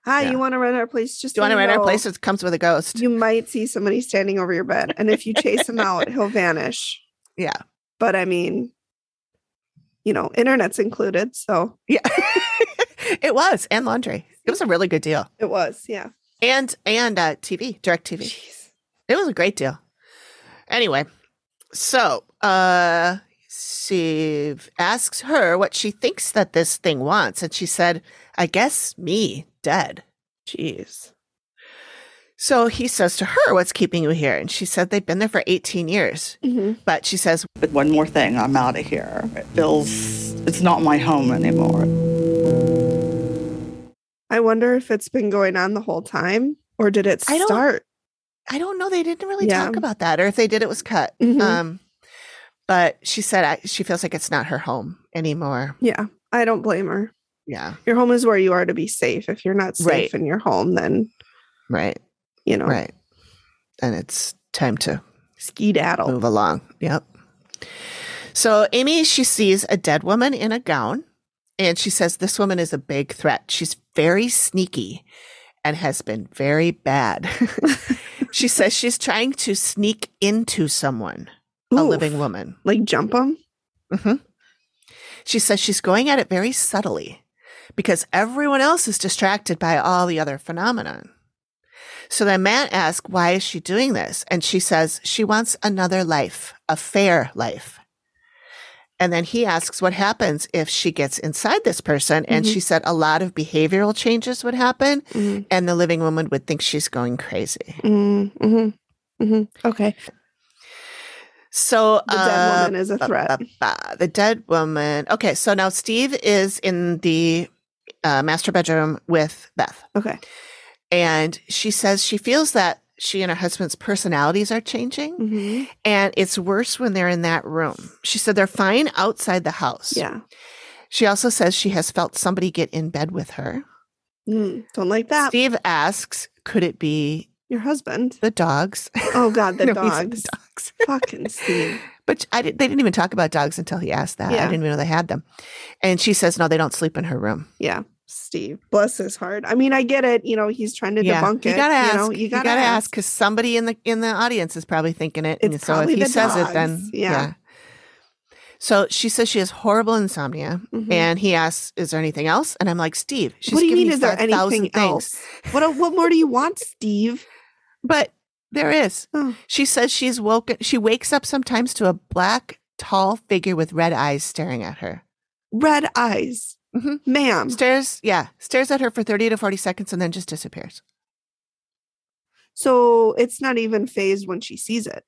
S3: Hi,
S2: Yeah.
S3: you want to rent our place? Just
S2: Do you want
S3: so
S2: to rent our
S3: know,
S2: place? It comes with a ghost.
S3: You might see somebody standing over your bed, and if you chase him out, he'll vanish.
S2: Yeah.
S3: But I mean, you know, internet's included, so
S2: Yeah. it was. And laundry. It was a really good deal.
S3: it was. Yeah.
S2: And and uh TV, direct TV.
S3: Jeez.
S2: It was a great deal. Anyway, so uh Steve asks her what she thinks that this thing wants, and she said, I guess me dead.
S3: Jeez.
S2: So he says to her, What's keeping you here? And she said they've been there for 18 years.
S3: Mhm.
S2: But she says,
S8: But one more thing, I'm out of here. It feels, it's not my home anymore.
S3: I wonder if it's been going on the whole time, or did it
S2: I don't-
S3: start?
S2: I don't know. They didn't really
S3: Yeah.
S2: talk about that, or if they did, it was cut.
S3: Mhm.
S2: Um, but she said I, she feels like it's not her home anymore.
S3: yeah, I don't blame her.
S2: Yeah.
S3: Your home is where you are to be safe. If you're not safe
S2: Right.
S3: in your home, then
S2: Right.
S3: you know
S2: Right. And it's time to
S3: skedaddle.
S2: move along. Yep. So Amy, she sees a dead woman in a gown and she says, This woman is a big threat. She's very sneaky and has been very bad. she says she's trying to sneak into someone, a
S3: Oof.
S2: living woman.
S3: Like jump them.
S2: hmm She says she's going at it very subtly because everyone else is distracted by all the other phenomenon. So then Matt asks, why is she doing this? And she says she wants another life, a fair life. And then he asks what happens if she gets inside this person. And
S3: Mhm.
S2: she said a lot of behavioral changes would happen and the living woman would think she's going crazy.
S3: Mm-hmm. hmm Okay.
S2: So
S3: The dead
S2: uh,
S3: woman is a
S2: Ba,
S3: threat.
S2: ba, ba. The dead woman. Okay, so now Steve is in the uh, master bedroom with Beth,
S3: Okay.
S2: and she says she feels that she and her husband's personalities are changing,
S3: hmm
S2: and it's worse when they're in that room. She said they're fine outside the house.
S3: Yeah.
S2: She also says she has felt somebody get in bed with her.
S3: Mm, Don't like that.
S2: Steve asks, "Could it be
S3: Your husband.
S2: the dogs?"
S3: Oh God, the
S2: No, he said
S3: dogs.
S2: The dogs.
S3: Fucking Steve.
S2: But I did, they didn't even talk about dogs until he asked that. I
S3: Yeah.
S2: didn't even know they had them. And she says, no, they don't sleep in her room.
S3: Yeah. Steve. Bless his heart. I mean, I get it. You know, he's trying to debunk it.
S2: you gotta ask.
S3: You,
S2: You,
S3: know, you gotta,
S2: ask because somebody in the in the audience is probably thinking it. and
S3: It's
S2: so if
S3: probably
S2: he
S3: the
S2: says it, then
S3: dogs. Yeah.
S2: So she says she has horrible insomnia,
S3: Mhm.
S2: and he asks, "Is there anything else?" And I'm like, "Steve, she's
S3: what do you
S2: giving
S3: mean? Is there
S2: 5,000
S3: anything
S2: things.
S3: else? What el- What more do you want, Steve?
S2: But there is.
S3: Oh.
S2: She says she's woken. She wakes up sometimes to a black, tall figure with red eyes staring at her.
S3: Red eyes,
S2: Mhm.
S3: ma'am.
S2: Stares, yeah, stares at her for 30 to 40 seconds and then just disappears.
S3: So it's not even phased when she sees it.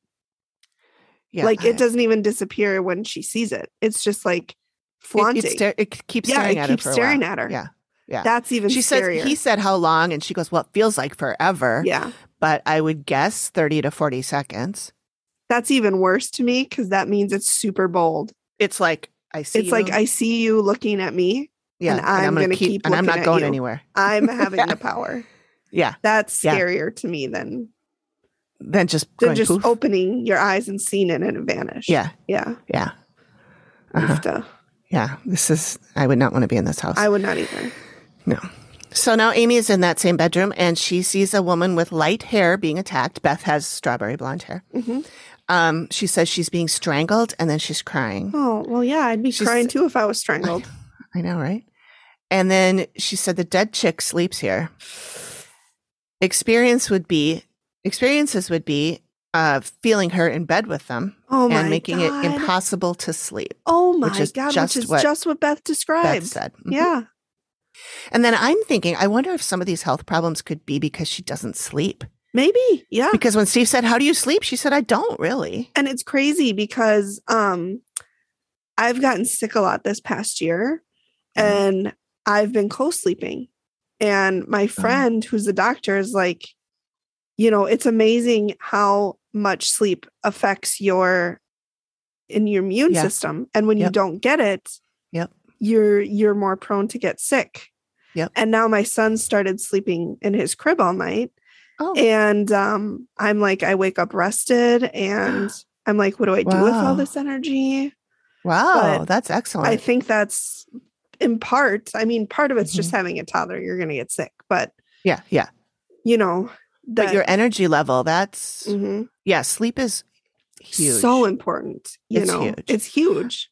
S2: Yeah.
S3: like
S2: I-
S3: it doesn't even disappear when she sees it. It's just like
S2: It,
S3: flaunting.
S2: it, stare- it keeps
S3: yeah,
S2: staring
S3: it
S2: at
S3: keeps
S2: her. for a while.
S3: staring at her.
S2: Yeah. Yeah.
S3: That's even
S2: She
S3: scarier.
S2: said he said how long and she goes, Well, it feels like forever.
S3: yeah,
S2: But I would guess thirty to forty seconds.
S3: that's even worse to me because that means it's super bold.
S2: It's like I see
S3: it's like
S2: you,
S3: I see you looking at me.
S2: yeah,
S3: and I'm gonna keep
S2: and I'm
S3: looking
S2: not
S3: at
S2: going
S3: you.
S2: anywhere.
S3: I'm having
S2: Yeah.
S3: the power.
S2: Yeah.
S3: That's
S2: Yeah.
S3: scarier to me than
S2: Then just
S3: than
S2: going
S3: just oh.
S2: poof.
S3: opening your eyes and seeing it and it vanish.
S2: Yeah.
S3: yeah.
S2: Yeah. Uh-huh.
S3: Oofta.
S2: Yeah. This is I would not want to be in this house.
S3: I would not either.
S2: So now Amy is in that same bedroom and she sees a woman with light hair being attacked. Beth has strawberry blonde hair.
S3: Mhm.
S2: Um, she says she's being strangled and then she's crying.
S3: Oh well, yeah, I'd be
S2: She's-
S3: crying too if I was strangled.
S2: I know, right? And then she said the dead chick sleeps here. Experience would be experiences would be uh, feeling her in bed with them
S3: Oh my
S2: and making
S3: god!
S2: it impossible to sleep.
S3: Oh my
S2: is
S3: god!
S2: just
S3: which is
S2: what
S3: just what Beth
S2: Beth
S3: described.
S2: said. Mhm.
S3: Yeah.
S2: And then I'm thinking, I wonder if some of these health problems could be because she doesn't sleep.
S3: Maybe. Yeah.
S2: Because when Steve said, "How do you sleep?" she said, "I don't really."
S3: And it's crazy because um I've gotten sick a lot this past year
S2: Mm.
S3: and I've been co-sleeping. And my
S2: Uh-huh.
S3: friend who's a doctor is like, you know, it's amazing how much sleep affects your in your immune
S2: Yeah.
S3: system. And when you
S2: Yep.
S3: don't get it,
S2: Yep.
S3: you're you're more prone to get sick.
S2: Yep.
S3: And now my son started sleeping in his crib all night
S2: Oh,
S3: and um i'm like i wake up rested and i'm like what do i do with
S2: Wow.
S3: all this energy
S2: wow,
S3: but
S2: that's excellent.
S3: i think that's in part i mean part of it's just
S2: Mm-hmm.
S3: having a toddler you're gonna get sick but
S2: yeah, yeah.
S3: you know that
S2: but your energy level—that's
S3: Mhm.
S2: yeah. Sleep is huge.
S3: so important you
S2: It's
S3: know
S2: huge.
S3: it's huge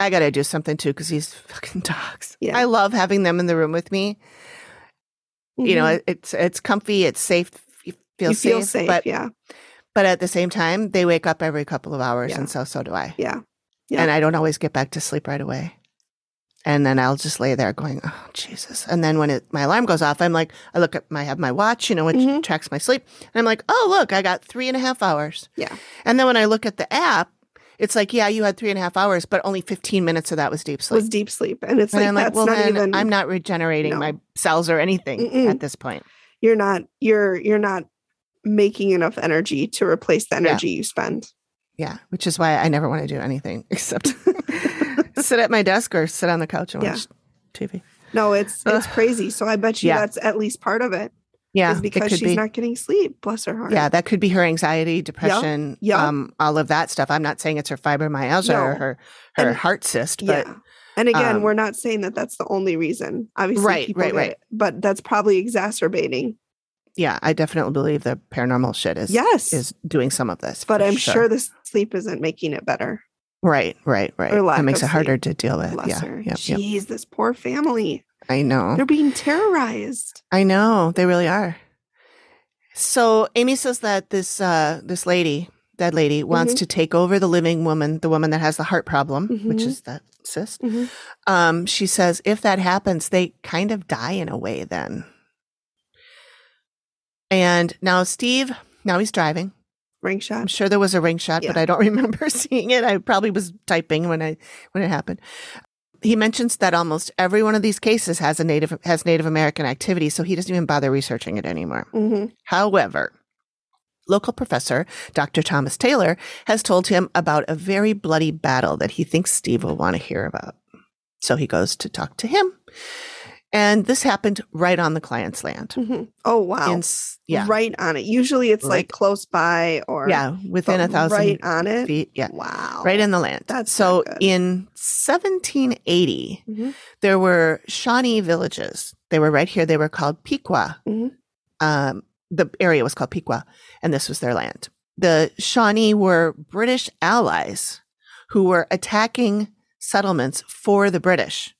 S2: I gotta do something too because these fucking dogs.
S3: Yeah.
S2: I love having them in the room with me. You know,
S3: Mhm.
S2: it- it's it's comfy, it's safe. You feel,
S3: you feel
S2: safe,
S3: safe,
S2: but
S3: yeah
S2: but at the same time, they wake up every couple of hours,
S3: Yeah.
S2: and so so do I.
S3: yeah Yeah.
S2: And I don't always get back to sleep right away. And then I'll just lay there going, oh Jesus! And then when it, my alarm goes off, I'm like, I look at my I have my watch, you know, which
S3: Mhm.
S2: tracks my sleep, and I'm like, oh look, I got three and a half hours.
S3: Yeah.
S2: And then when I look at the app, it's like, yeah, you had three and a half hours, but only 15 minutes of that was deep sleep.
S3: was deep sleep and it's
S2: and
S3: like
S2: I'm like,
S3: that's
S2: well,
S3: not
S2: then
S3: even
S2: I'm not regenerating
S3: No.
S2: my cells or anything
S3: Mm-mm.
S2: at this point.
S3: you're not you're you're not making enough energy to replace the energy you spend
S2: Yeah, which is why I never want to do anything except sit at my desk or sit on the couch and
S3: Yeah.
S2: watch TV.
S3: No, it's it's crazy. So I bet you
S2: Yeah.
S3: that's at least part of it.
S2: Yeah,
S3: is
S2: it
S3: because
S2: could
S3: she's
S2: be.
S3: not getting sleep. Bless her heart.
S2: Yeah, that could be her anxiety, depression,
S3: yeah.
S2: um, all of that stuff. I'm not saying it's her fibromyalgia or
S3: No.
S2: her her
S3: And-
S2: heart cyst, but
S3: yeah. And again,
S2: um,
S3: we're not saying that that's the only reason. Obviously,
S2: Right,
S3: people
S2: right,
S3: get
S2: right.
S3: it, but that's probably exacerbating.
S2: yeah, I definitely believe the paranormal shit is
S3: yes,
S2: is doing some of this.
S3: but
S2: for
S3: I'm sure. this sleep isn't making it better.
S2: right, right, right.
S3: or lack
S2: That makes it
S3: of
S2: harder
S3: sleep.
S2: to deal with.
S3: Bless
S2: yeah,
S3: her.
S2: yep, yep. Oh.
S3: Jeez, this poor family.
S2: I know.
S3: They're being terrorized.
S2: I know they really are. So Amy says that this uh, this lady, that lady, wants to take over the living woman, the woman that has the heart problem, which
S3: Mhm.
S2: is that cyst.
S3: Mhm.
S2: Um, she says if that happens, they kind of die in a way then. And now Steve, now he's driving.
S3: Ring
S2: I'm
S3: shot.
S2: sure there was a ring shot, but
S3: Yeah.
S2: I don't remember seeing it. I probably was typing when I when it happened. He mentions that almost every one of these cases has a native has Native American activity, so he doesn't even bother researching it anymore.
S3: hmm
S2: However, local professor Dr. Thomas Taylor has told him about a very bloody battle that he thinks Steve will want to hear about. So he goes to talk to him. And this happened right on the client's land.
S3: hmm Oh wow!
S2: In s- yeah.
S3: Right on it. Usually it's like
S2: Right.
S3: close by or
S2: yeah. Within
S3: but
S2: a thousand
S3: right on it.
S2: feet. Yeah.
S3: Wow.
S2: right in the land.
S3: That's
S2: so
S3: not good.
S2: in 1780,
S3: Mhm.
S2: there were Shawnee villages. They were right here. They were called Pequot.
S3: Mhm.
S2: Um, the area was called Pequot, and this was their land. The Shawnee were British allies who were attacking settlements for the British.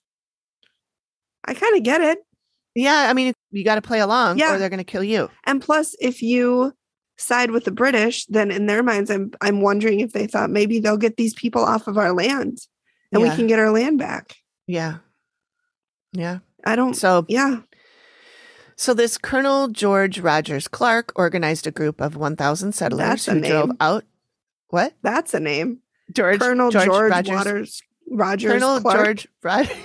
S3: I kind of get it.
S2: Yeah, I mean, you got to play along,
S3: Yeah.
S2: or they're going to kill you.
S3: And plus, if you side with the British, then in their minds, I'm I'm wondering if they thought maybe they'll get these people off of our land and
S2: Yeah.
S3: we can get our land back.
S2: Yeah, yeah.
S3: I don't.
S2: So
S3: yeah.
S2: So this Colonel George Rogers Clark organized a group of 1,000 settlers
S3: That's a
S2: who drove
S3: name.
S2: out. What?
S3: That's a name.
S2: George
S3: Colonel George,
S2: Rogers-
S3: Waters Rogers.
S2: Colonel
S3: Clark.
S2: George Rogers.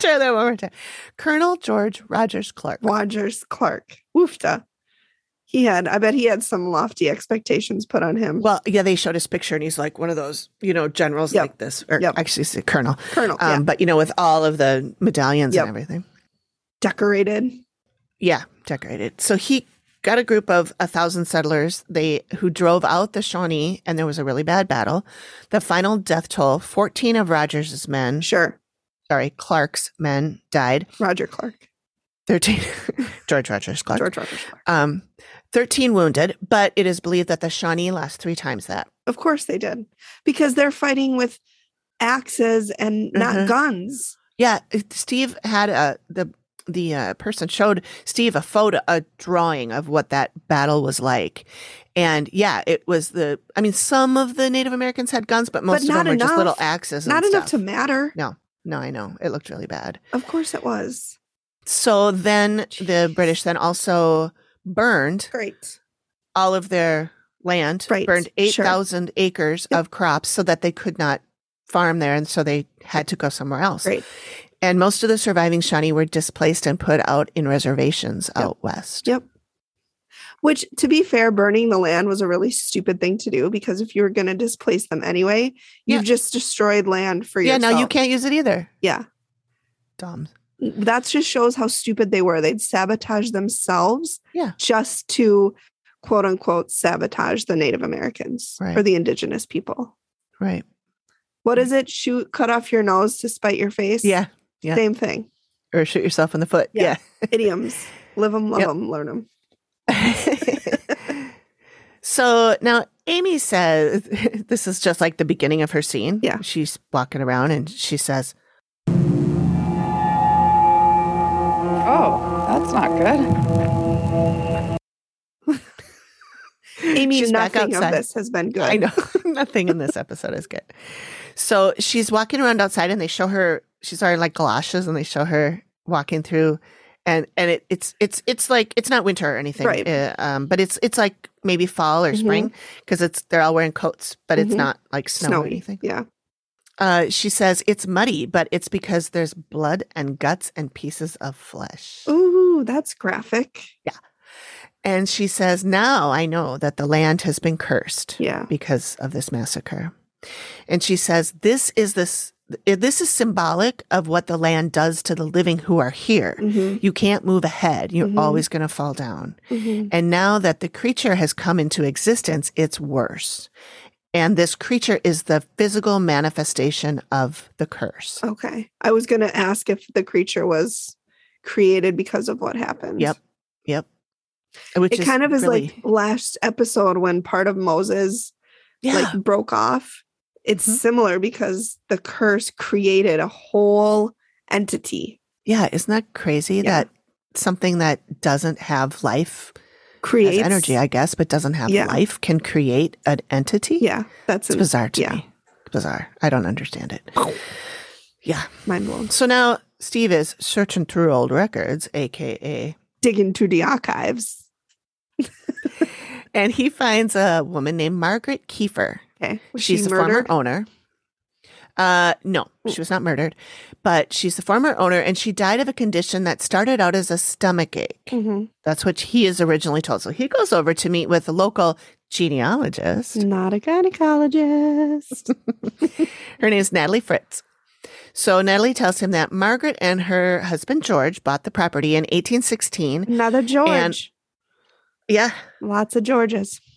S2: Try that one more time. Colonel George Rogers Clark.
S3: Rogers Clark. Woofta. He had, I bet he had some lofty expectations put on him.
S2: Well, yeah, they showed his picture, and he's like one of those, you know, generals
S3: Yep.
S2: like this, or
S3: Yep.
S2: actually, it's a colonel,
S3: Colonel,
S2: um,
S3: yeah.
S2: but you know, with all of the medallions
S3: Yep.
S2: and everything.
S3: decorated.
S2: Yeah, decorated. So he got a group of a thousand settlers. They who drove out the Shawnee, and there was a really bad battle. The final death toll: fourteen of Rogers' men,
S3: Sure.
S2: sorry, Clark's men died.
S3: Roger Clark.
S2: Thirteen, George Rogers Clark.
S3: George Rogers Clark.
S2: Um, 13 wounded, but it is believed that the Shawnee lost three times that.
S3: Of course they did. Because they're fighting with axes and not
S2: Mhm.
S3: guns.
S2: Yeah, it- Steve had a the the uh, person showed Steve a photo, a drawing of what that battle was like, and yeah, it was the. I mean, some of the Native Americans had guns, but most of
S3: not
S2: them were just little
S3: enough.
S2: axes. And
S3: Not enough to
S2: stuff.
S3: matter.
S2: No, I know it looked really bad.
S3: Of course it was.
S2: So then the
S3: Jeez.
S2: British then also burned
S3: Great.
S2: all of their land,
S3: Right,
S2: burned
S3: sure.
S2: 8,000 acres
S3: Yep.
S2: of crops so that they could not farm there. And so they had to go somewhere else.
S3: Great.
S2: And most of the surviving Shawnee were displaced and put out in reservations
S3: Yep.
S2: out west.
S3: Yep. Which, to be fair, burning the land was a really stupid thing to do because if you were going to displace them anyway,
S2: Yeah.
S3: you've just destroyed land for
S2: Yeah,
S3: yourself.
S2: no, you can't use it either.
S3: Yeah.
S2: Dumb.
S3: that just shows how stupid they were. They'd sabotage themselves
S2: Yeah.
S3: just to quote unquote sabotage the Native Americans
S2: Right.
S3: or the indigenous people.
S2: Right.
S3: What is it? Shoot, cut off your nose to spite your face.
S2: Yeah. yeah.
S3: Same thing.
S2: Or shoot yourself in the foot.
S3: Yeah.
S2: yeah.
S3: Idioms. Live them, love
S2: Yep.
S3: them, learn them.
S2: so now Amy says this is just like the beginning of her scene.
S3: Yeah.
S2: She's walking around and she says,
S6: Oh, that's not good.
S3: Amy,
S2: She's back
S3: nothing of
S2: outside.
S3: this has been good.
S2: I know nothing in this episode is good. So she's walking around outside, and they show her. She's wearing like galoshes, and they show her walking through, and and it, it's it's it's like it's not winter or anything,
S3: Right.
S2: uh, um, but it's it's like maybe fall or
S3: Mhm.
S2: spring because it's they're all wearing coats, but it's
S3: Mhm.
S2: not like snow or
S3: Snowy.
S2: anything.
S3: Yeah.
S2: Uh, she says it's muddy, but it's because there's blood and guts and pieces of flesh.
S3: Ooh, that's graphic.
S2: And she says, now I know that the land has been cursed.
S3: Yeah.
S2: because of this massacre. And she says, This is this i- this is symbolic of what the land does to the living who are here.
S3: Mm-hmm,
S2: You can't move ahead. You're
S3: Mhm.
S2: always going to fall down.
S3: Mhm.
S2: And now that the creature has come into existence, it's worse. And this creature is the physical manifestation of the curse.
S3: Okay. I was going to ask if the creature was created because of what happened.
S2: Yep. Yep. Which
S3: It kind of is
S2: really-
S3: like last episode when part of Moses
S2: yeah.
S3: like broke off. It's
S2: Mhm.
S3: similar because the curse created a whole entity
S2: yeah. Isn't that crazy
S3: Yeah.
S2: that something that doesn't have life
S3: creates
S2: has energy, I guess, but doesn't have
S3: Yeah.
S2: life can create an entity?
S3: yeah, that's
S2: It's
S3: an-
S2: bizarre to
S3: yeah.
S2: me. Bizarre. I don't understand it. Yeah.
S3: mind blown.
S2: So now Steve is searching through old records, aka,
S3: Dig into the archives.
S2: and he finds a woman named Margaret Kiefer.
S3: Okay, was
S2: she's
S3: she
S2: the
S3: murdered?
S2: former owner. Uh, no, she was not murdered, but she's the former owner, and she died of a condition that started out as a stomach ache.
S3: Mhm.
S2: That's what he is originally told. So he goes over to meet with a local genealogist.
S3: Not a gynecologist.
S2: Her name is Natalie Fritz. So Natalie tells him that Margaret and her husband George bought the property in 1816.
S3: Another George.
S2: Yeah.
S3: Lots of Georges.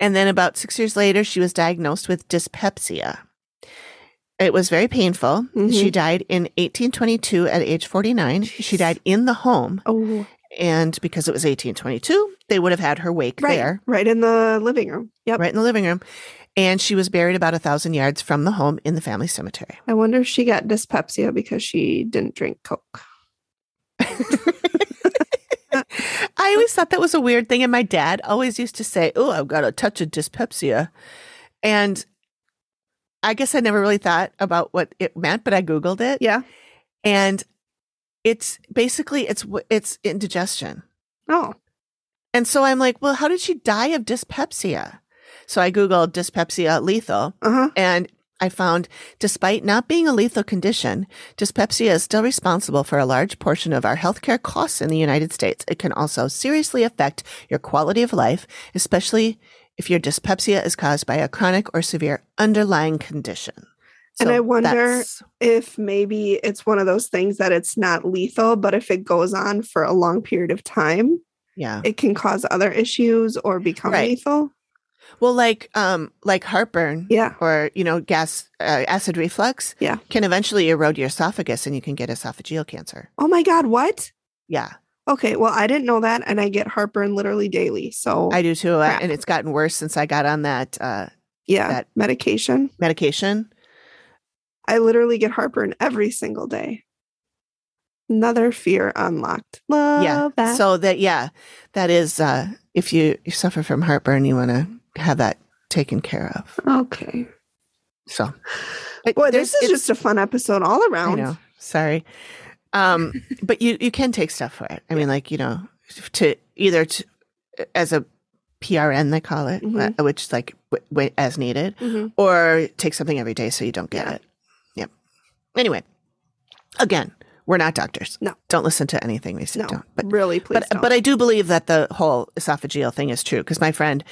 S2: and then about six years later, she was diagnosed with dyspepsia. It was very painful.
S3: Mhm.
S2: She died in 1822 at age 49. She died in the home.
S3: Oh,
S2: And because it was 1822, they would have had her wake
S3: right,
S2: there,
S3: right in the living room. Yep.
S2: right in the living room. And she was buried about a thousand yards from the home in the family cemetery.
S3: I wonder if she got dyspepsia because she didn't drink Coke.
S2: I always thought that was a weird thing. And my dad always used to say, Oh, I've got a touch of dyspepsia. And I guess I never really thought about what it meant, but I Googled it.
S3: Yeah.
S2: And it's basically it's wh- it's indigestion.
S3: Oh,
S2: And so I'm like, well, how did she die of dyspepsia? So I Googled dyspepsia lethal
S3: uh huh.
S2: and I found despite not being a lethal condition, dyspepsia is still responsible for a large portion of our healthcare costs in the United States. It can also seriously affect your quality of life, especially if your dyspepsia is caused by a chronic or severe underlying condition.
S3: And I wonder-
S2: that's-
S3: If maybe it's one of those things that it's not lethal, but if it goes on for a long period of time,
S2: yeah.
S3: it can cause other issues or become
S2: Right.
S3: lethal.
S2: Well, like um like heartburn
S3: Yeah.
S2: or, you know, gas uh, acid reflux
S3: Yeah.
S2: can eventually erode your esophagus and you can get esophageal cancer.
S3: Oh my God, what?
S2: Yeah.
S3: Okay, well, I didn't know that, and I get heartburn literally daily. So,
S2: I do too uh,
S3: Crap.
S2: and it's gotten worse since I got on that uh
S3: yeah,
S2: that-
S3: medication.
S2: medication.
S3: I literally get heartburn every single day. Another fear unlocked. Love
S2: yeah
S3: that.
S2: so that yeah that is uh if you, you suffer from heartburn you want to have that taken care of
S3: okay.
S2: so
S3: Boy, this is
S2: it's-
S3: just a fun episode all
S2: i
S3: around.
S2: know sorry um but you you can take stuff for it i mean like you know to either to, as a prn they call it
S3: Mhm.
S2: uh, which is like w- w- as needed
S3: Mhm.
S2: or take something every day so you don't get
S3: Yeah.
S2: it yep anyway again we're not doctors
S3: No.
S2: don't listen to anything we say
S3: No,
S2: don't but
S3: really, please.
S2: but but I do believe that the whole esophageal thing is true because my friend,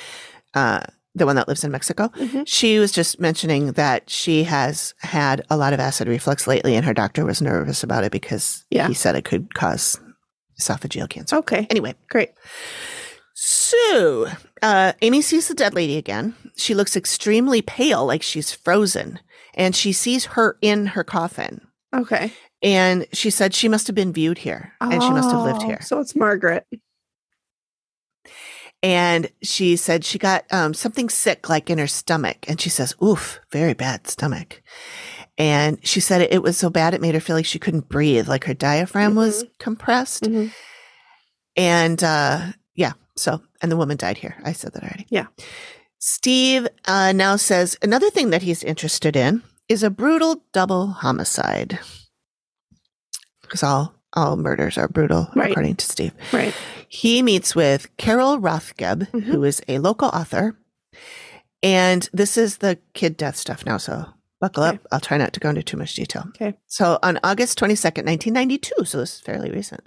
S2: uh, the one that lives in Mexico,
S3: Mhm.
S2: she was just mentioning that she has had a lot of acid reflux lately, and her doctor was nervous about it because
S3: Yeah.
S2: he said it could cause esophageal cancer.
S3: okay,
S2: Anyway,
S3: great.
S2: so uh, Amy sees the dead lady again. She looks extremely pale, like she's frozen, and she sees her in her coffin.
S3: Okay,
S2: And she said she must have been viewed here, and she must have lived
S3: Oh,
S2: here.
S3: So it's Margaret.
S2: and she said she got um, something sick like in her stomach and she says oof very bad stomach and she said it, it was so bad it made her feel like she couldn't breathe like her diaphragm was
S3: Mm-hmm.
S2: compressed
S3: Mhm. Mm-hmm.
S2: and uh, yeah so and the woman died here i said that already
S3: Yeah.
S2: steve uh, now says another thing that he's interested in is a brutal double homicide because all all murders are brutal
S3: Right.
S2: according to steve
S3: Right.
S2: he meets with Carol Rothgeb,
S3: Mhm.
S2: who is a local author. And this is the kid death stuff now. So buckle
S3: Okay.
S2: up. I'll try not to go into too much detail.
S3: Okay.
S2: So on August 22nd, 1992, so this is fairly recent,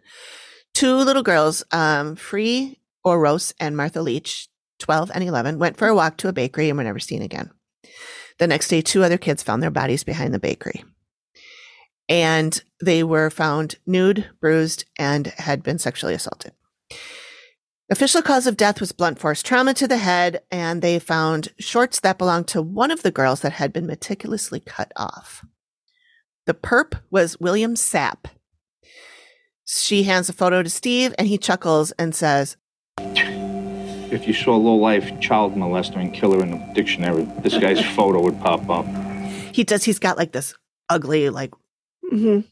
S2: two little girls, um, Free Oros and Martha Leach, 12 and 11, went for a walk to a bakery and were never seen again. The next day, two other kids found their bodies behind the bakery. And they were found nude, bruised, and had been sexually assaulted. Official cause of death was blunt force trauma to the head, and they found shorts that belonged to one of the girls that had been meticulously cut off. The perp was William Sapp. She hands a photo to Steve, and he chuckles and says,
S7: If you saw low-life child molester and killer in the dictionary, this guy's photo would pop up.
S2: he does, he's got like this ugly, like,
S3: Mhm.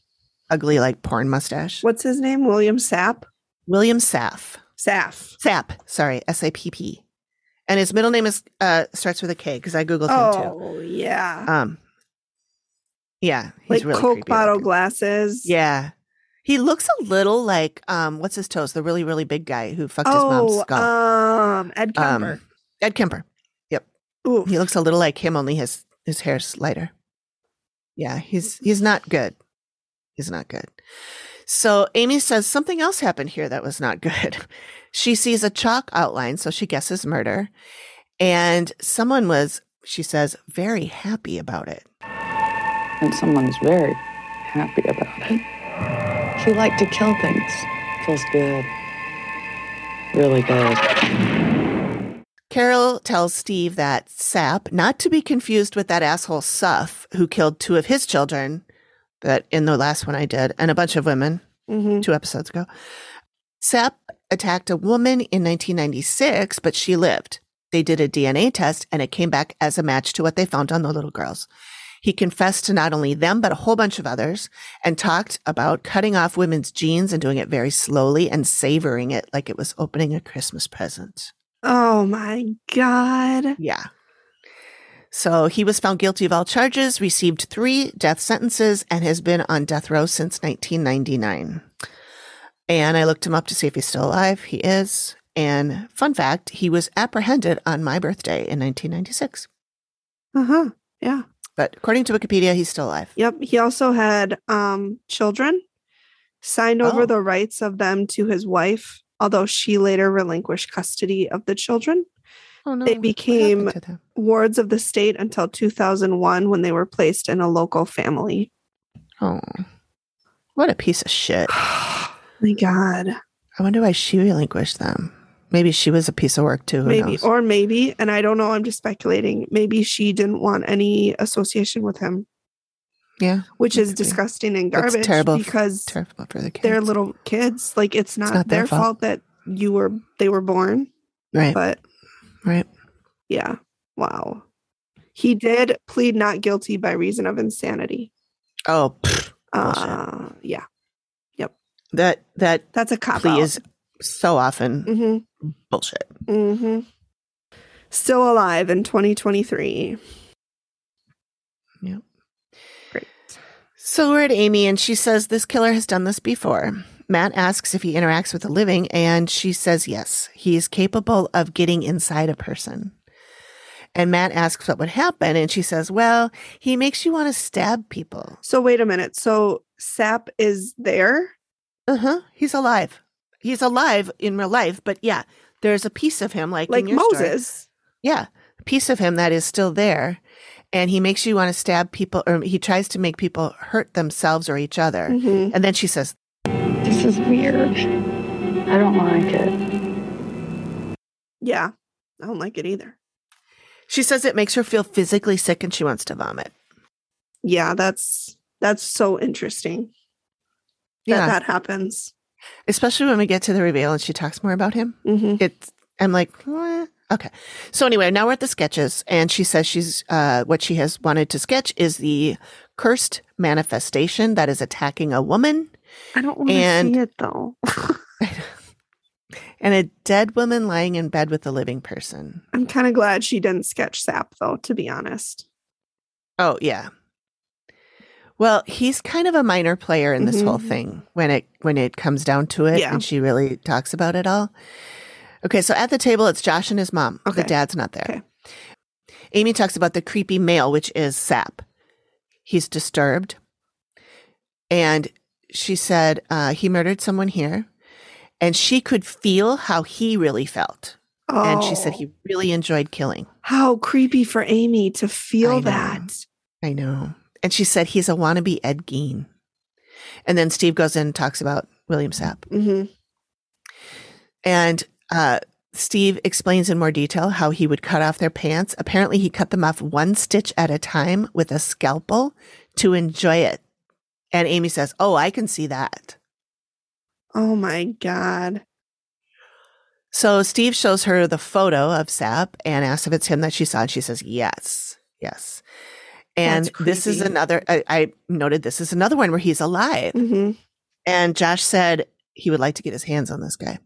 S2: ugly, like porn mustache.
S3: What's his name? William Sapp?
S2: William Saff.
S3: Saff.
S2: Sap, sorry, S A P P. And his middle name is uh starts with a K because I Googled him
S3: Oh, yeah.
S2: too. Um Yeah. He's
S3: like
S2: really
S3: Coke
S2: creepy
S3: bottle
S2: looking.
S3: glasses.
S2: Yeah. He looks a little like um what's his toes? The really, really big guy who fucked his mom's
S3: Oh,
S2: skull.
S3: um, Ed
S2: Um,
S3: Kemper.
S2: Ed Kemper.
S3: Ooh,
S2: He looks a little like him, only his his hair's lighter. Yeah, he's he's not good. He's not good. So Amy says something else happened here that was not good. She sees a chalk outline, so she guesses murder, and someone was, she says, very happy about it.
S9: and someone's very happy about it. If you like to kill things, feels good. Really good.
S2: Carol tells Steve that Sap, not to be confused with that asshole Suff, who killed two of his children, that in the last one I did, and a bunch of women,
S3: mhm.
S2: two episodes ago. Sap attacked a woman in 1996, but she lived. They did a DNA test and it came back as a match to what they found on the little girls. He confessed to not only them, but a whole bunch of others and talked about cutting off women's jeans and doing it very slowly and savoring it like it was opening a Christmas present.
S3: Oh my god.
S2: Yeah. So he was found guilty of all charges, received three death sentences, and has been on death row since 1999. And I looked him up to see if he's still alive. He is. And fun fact, he was apprehended on my birthday in 1996.
S3: Uh huh. Yeah.
S2: But according to Wikipedia, he's still alive.
S3: Yep. He also had um children, signed over
S2: Oh.
S3: the rights of them to his wife, although she later relinquished custody of the children.
S2: Oh, no.
S3: They became-
S2: What happened to them?
S3: Wards of the state until 2001 when they were placed in a local family.
S2: Oh. What a piece of shit.
S3: my god.
S2: I wonder why she relinquished them. Maybe she was a piece of work too. Who
S3: maybe
S2: knows?
S3: or maybe and I don't know, I'm just speculating. Maybe she didn't want any association with him,
S2: yeah.
S3: which is
S2: Maybe.
S3: disgusting and
S2: That's
S3: garbage
S2: terrible f-
S3: because
S2: Terrible for the kids.
S3: they're little kids. Like it's not,
S2: not
S3: their,
S2: their
S3: fault.
S2: fault.
S3: that you were they were born,
S2: Right.
S3: but
S2: Right.
S3: yeah. Wow. He did plead not guilty by reason of insanity.
S2: Oh, pfft.
S3: Uh yeah.
S2: that that
S3: That's a cop
S2: plea
S3: out.
S2: is so often
S3: Mhm.
S2: bullshit.
S3: Mhm. Still alive in 2023.
S2: So we're at Amy, and she says this killer has done this before. Matt asks if he interacts with the living, and she says yes. He is capable of getting inside a person. And Matt asks what would happen, and she says, Well, he makes you want to stab people.
S3: So wait a minute. So Sap is there?
S2: Uh huh. He's alive. He's alive in real life, but yeah, there's a piece of him, like, in
S3: Like
S2: your story-
S3: Moses.
S2: Yeah, a piece of him that is still there. And he makes you want to stab people, or he tries to make people hurt themselves or each other.
S3: Mhm.
S2: And then she says,
S9: This is weird.
S1: I don't like it.
S3: Yeah. I don't like it either.
S2: She says it makes her feel physically sick and she wants to vomit.
S3: Yeah, that's that's so interesting that that
S2: Uh,
S3: happens.
S2: Especially when we get to the reveal and she talks more about him.
S3: hmm
S2: It's, I'm like, "What?" okay. So anyway, now we're at the sketches and she says she's, uh, what she has wanted to sketch is the cursed manifestation that is attacking a woman
S3: I don't want to
S2: And-
S3: see it though.
S2: and a dead woman lying in bed with a living person.
S3: I'm kind of glad she didn't sketch sap though, to be honest.
S2: Oh, yeah. Well, he's kind of a minor player in this whole
S3: Mhm.
S2: thing when it when it comes down to it
S3: Yeah.
S2: and she really talks about it all. Okay, so at the table it's Josh and his mom.
S3: Okay.
S2: The dad's not there.
S3: Okay.
S2: Amy talks about the creepy male which is Sap. He's disturbed. And she said uh, he murdered someone here and she could feel how he really felt. And she said
S3: Oh,
S2: he really enjoyed killing.
S3: How creepy for Amy to
S2: I know.
S3: feel that.
S2: I know. And she said he's a wannabe Ed Gein. And then Steve goes in and talks about William Sapp.
S3: hmm
S2: And uh, Steve explains in more detail how he would cut off their pants. Apparently, he cut them off one stitch at a time with a scalpel to enjoy it. And Amy says, Oh, I can see that.
S3: Oh my God.
S2: So Steve shows her the photo of Sapp and asks if it's him that she saw. And she says, Yes, yes. And
S3: That's
S2: this is
S3: creepy.
S2: another, I, I noted this is another one where he's alive.
S3: hmm
S2: And Josh said he would like to get his hands on this guy.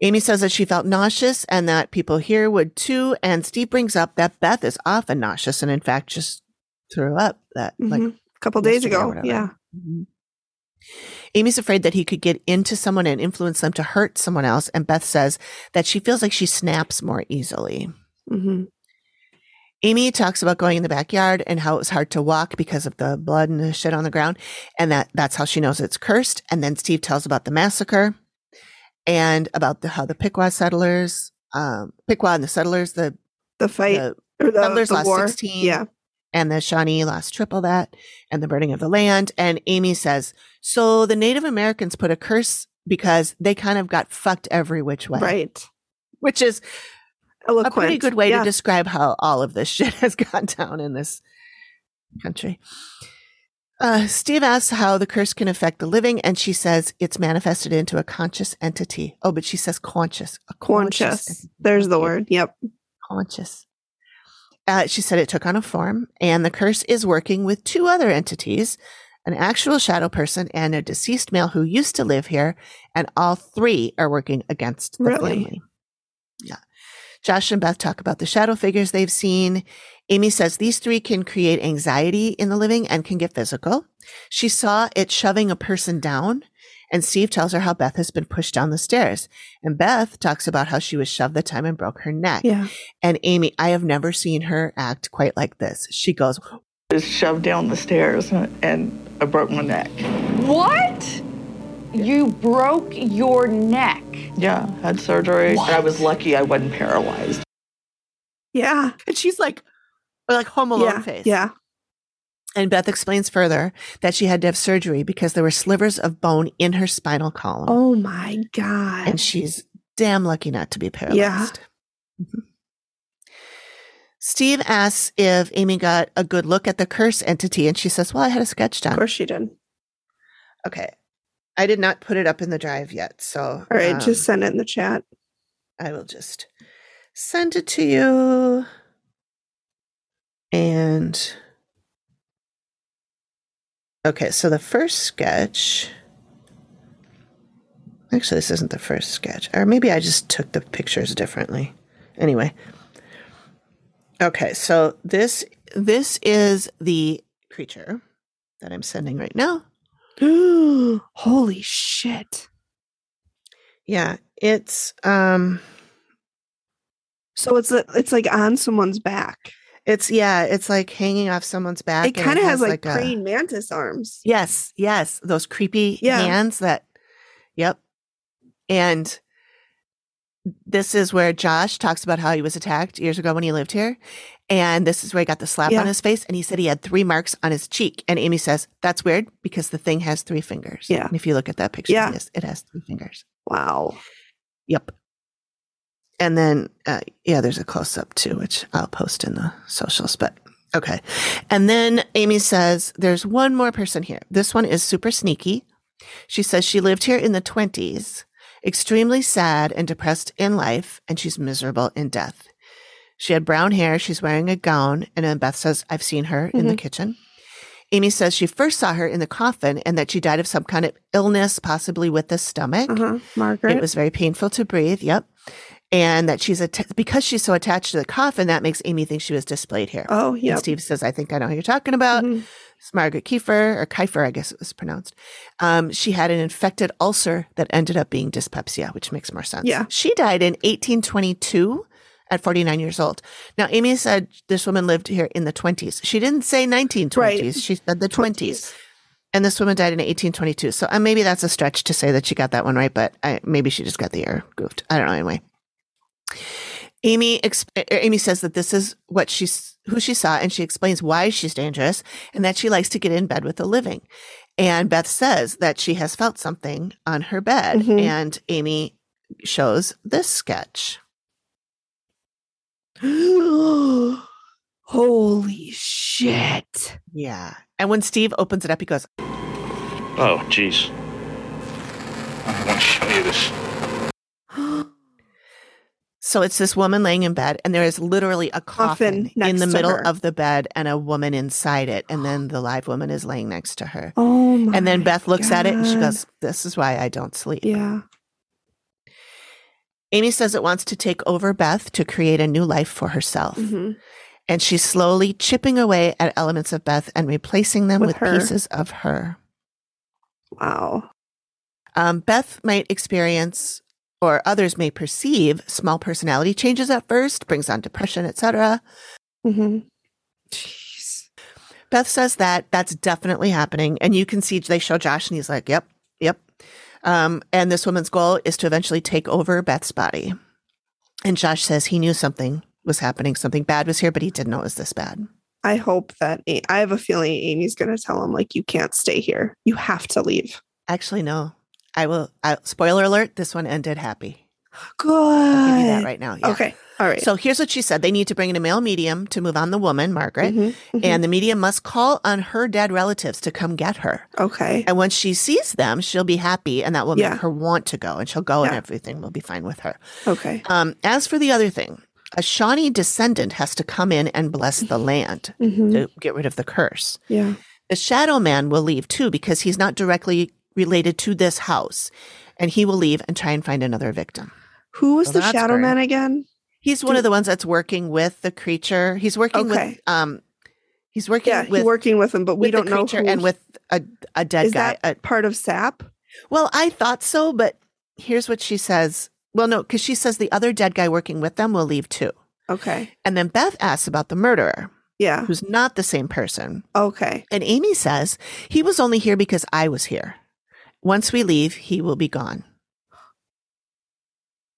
S2: Amy says that she felt nauseous and that people here would too. And Steve brings up that Beth is often nauseous and, in fact, just threw up that. Like,
S3: a couple days
S2: yesterday or
S3: ago.
S2: whatever.
S3: Yeah.
S2: Amy's afraid that he could get into someone and influence them to hurt someone else. And Beth says that she feels like she snaps more easily.
S3: hmm
S2: Amy talks about going in the backyard and how it was hard to walk because of the blood and the shit on the ground, and that that's how she knows it's cursed. And then Steve tells about the massacre and about the, how the Piqua settlers, um, Piqua and the settlers, the,
S3: The fight
S2: the
S3: or the,
S2: settlers
S3: the
S2: lost
S3: war.
S2: 16.
S3: Yeah.
S2: and the Shawnee lost triple that, and the burning of the land. And Amy says, so the Native Americans put a curse because they kind of got fucked every which way,
S3: Right.
S2: Which is
S3: Eloquent.
S2: a pretty good way
S3: yeah.
S2: to describe how all of this shit has gone down in this country. Uh, Steve asks how the curse can affect the living, and she says it's manifested into a conscious entity. Oh, but she says conscious, a conscious,
S3: conscious.
S2: entity.
S3: There's the
S2: Yeah,
S3: word. Yep.
S2: conscious. Uh, she said it took on a form, and the curse is working with two other entities an actual shadow person and a deceased male who used to live here, and all three are working against the
S3: Really?
S2: family. Yeah. Josh and Beth talk about the shadow figures they've seen. Amy says these three can create anxiety in the living and can get physical. She saw it shoving a person down, and Steve tells her how Beth has been pushed down the stairs. And Beth talks about how she was shoved the time and broke her neck.
S3: Yeah.
S2: And Amy, I have never seen her act quite like this. She goes,
S8: Just shoved down the stairs and, and I broke my neck.
S6: What? You broke your neck.
S8: Yeah, had surgery. But I was lucky I wasn't paralyzed.
S3: Yeah.
S2: and she's like, like Home Alone
S3: Yeah.
S2: face.
S3: Yeah.
S2: And Beth explains further that she had to have surgery because there were slivers of bone in her spinal column.
S3: Oh my God.
S2: And she's damn lucky not to be paralyzed. Mhm. Steve asks if Amy got a good look at the curse entity, and she says, Well, I had a sketch
S3: of
S2: done.
S3: course she did.
S2: Okay. I did not put it up in the drive yet. So,
S3: All right.
S2: um,
S3: just send it in the chat.
S2: I will just send it to you. And okay, so the first sketch. Actually, this isn't the first sketch, or maybe I just took the pictures differently. Anyway, okay, so this this is the creature that I'm sending right now.
S3: Holy shit.
S2: Yeah, it's um,
S3: So it's a- it's like on someone's back.
S2: it's yeah, it's like hanging off someone's back.
S3: it
S2: and
S3: kind of has, like,
S2: a-
S3: praying mantis arms.
S2: Yes, yes, those creepy
S3: Yeah.
S2: hands that yep. And this is where Josh talks about how he was attacked years ago when he lived here. And this is where he got the slap
S3: Yeah.
S2: on his face and he said he had three marks on his cheek. And Amy says, That's weird because the thing has three fingers.
S3: Yeah.
S2: And if you look at that picture,
S3: Yeah.
S2: yes, it has three fingers.
S3: Wow.
S2: Yep. And then, uh, yeah, there's a close up too, which I'll post in the socials, but okay. And then Amy says, there's one more person here. This one is super sneaky. She says she lived here in the 20s, extremely sad and depressed in life, and she's miserable in death. She had brown hair. She's wearing a gown. And then Beth says, I've seen her in the kitchen. Amy says she first saw her in the coffin and that she died of some kind of illness, possibly with the stomach.
S3: Uh huh. Margaret.
S2: It was very painful to breathe. Yep. And that she's att- because she's so attached to the coffin, that makes Amy think she was displayed here.
S3: oh
S2: And
S3: yeah.
S2: Steve says, I think I know who you're talking about.
S3: Mhm.
S2: It's Margaret Kiefer or Kiefer, I guess it was pronounced. Um, she had an infected ulcer that ended up being dyspepsia, which makes more sense.
S3: Yeah.
S2: She died in 1822 at 49 years old. Now, Amy said this woman lived here in the 20s. She didn't say 1920s.
S3: Right.
S2: She said the 20s and this woman died in 1822. So uh, maybe that's a stretch to say that she got that one right, but I, maybe she just got the year goofed. I don't know. Anyway, Amy exp- uh, Amy says that this is what she's who she saw, and she explains why she's dangerous and that she likes to get in bed with the living. And Beth says that she has felt something on her bed,
S3: Mhm.
S2: and Amy shows this sketch.
S3: Holy shit.
S2: Yeah. And when Steve opens it up, he goes,
S7: Oh, jeez. I want to show you this.
S3: Oh
S2: So it's this woman laying in bed, and there is literally a coffin,
S3: Coffin
S2: in
S3: next
S2: the
S3: to
S2: middle
S3: her.
S2: of the bed and a woman inside it. And then the live woman is laying next to her.
S3: oh my.
S2: And then Beth looks at it and she
S3: God.
S2: goes, This is why I don't sleep.
S3: Yeah.
S2: Amy says it wants to take over Beth to create a new life for herself.
S3: Mhm.
S2: And she's slowly chipping away at elements of Beth and replacing them
S3: With
S2: with,
S3: her.
S2: pieces of her.
S3: Wow.
S2: Um, Beth might experience or others may perceive small personality changes at first, brings on depression, etc.
S3: hmm Jeez.
S2: Beth says that that's definitely happening. And you can see they show Josh and he's like, yep, yep. Um, and this woman's goal is to eventually take over Beth's body. And Josh says he knew something was happening, something bad was here, but he didn't know it was this bad.
S3: I hope that A- I have a feeling Amy's going to tell him, like, you can't stay here. You have to leave.
S2: Actually, no. I will. I, spoiler alert, this one ended happy.
S3: Good.
S2: I'll give you that right now. yeah.
S3: Okay. All right.
S2: So here's what she said They need to bring in a male medium to move on the woman, Margaret,
S3: Mhm, mhm.
S2: and the medium must call on her dead relatives to come get her.
S3: okay.
S2: And once she sees them, she'll be happy and that will
S3: Yeah.
S2: make her want to go and she'll go and
S3: Yeah.
S2: everything will be fine with her.
S3: Okay.
S2: Um, as for the other thing, a Shawnee descendant has to come in and bless the land
S3: hmm
S2: to get rid of the curse.
S3: Yeah.
S2: The shadow man will leave too because he's not directly related to this house and he will leave and try and find another victim.
S3: Who was
S2: Well,
S3: the
S2: that's
S3: shadow
S2: great.
S3: man again?
S2: He's one
S3: Do-
S2: of the ones that's working with the creature. He's working
S3: Okay.
S2: with um he's working
S3: Yeah,
S2: with
S3: he working with him, but we
S2: with the
S3: don't know
S2: creature
S3: who.
S2: and with a a dead
S3: is
S2: guy, a-
S3: that part of SAP?
S2: Well, I thought so, but here's what she says. Well, no, because she says the other dead guy working with them will leave too.
S3: Okay.
S2: And then Beth asks about the murderer,
S3: Yeah.
S2: who's not the same person.
S3: Okay.
S2: And Amy says, he was only here because I was here. Once we leave, he will be gone.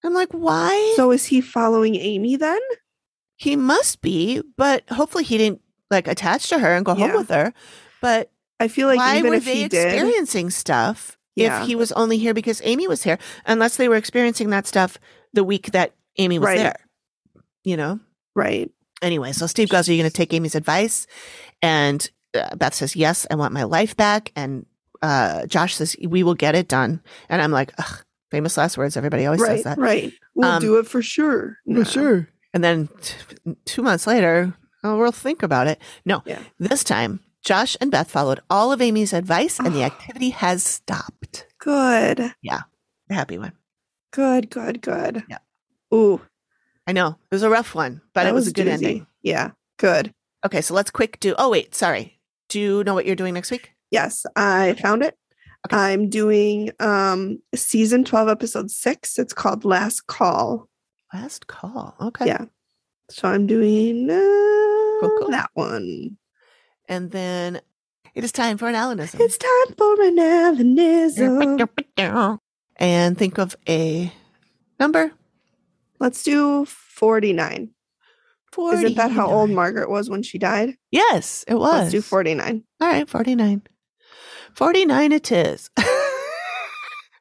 S2: I'm like, why?
S3: So is he following Amy then?
S2: he must be, but hopefully he didn't like attach to her and go
S3: Yeah.
S2: home with her. But
S3: I feel like
S2: why
S3: even
S2: were
S3: if
S2: they
S3: he did,
S2: experiencing stuff
S3: Yeah.
S2: if he was only here because Amy was here? Unless they were experiencing that stuff the week that Amy was
S3: Right.
S2: there. You know?
S3: right?
S2: Anyway, so Steve goes, Are you going to take Amy's advice? And uh, Beth says, Yes, I want my life back. And uh, Josh says, We will get it done. And I'm like, Ugh, famous last words. Everybody always
S3: Right.
S2: says that.
S3: Right. We'll
S2: Um,
S3: do it for sure. No.
S2: sure. And then t- two months later, oh, we'll think about it. No,
S3: Yeah.
S2: this time, Josh and Beth followed all of Amy's advice and
S3: Ah.
S2: the activity has stopped.
S3: Good.
S2: The happy one.
S3: Good. Good. Good.
S2: Yeah.
S3: Ooh,
S2: I know it was a rough one, but
S3: that
S2: it was, a good
S3: doozy.
S2: ending.
S3: Yeah. Good.
S2: Okay, so let's quick do. Oh, wait, sorry. Do you know what you're doing next week?
S3: Yes, I found it.
S2: Okay.
S3: I'm doing um season 12 episode 6. It's called Last Call.
S2: Last call. Okay.
S3: Yeah. So I'm doing uh,
S2: cool.
S3: that one.
S2: And then it is time for an Alanism.
S3: It's time for an Alanism.
S2: and think of a number.
S3: Let's do 49.
S2: 49.
S3: Isn't that how old Margaret was when she died?
S2: Yes, it was.
S3: Let's do 49.
S2: All right, 49. 49 it is.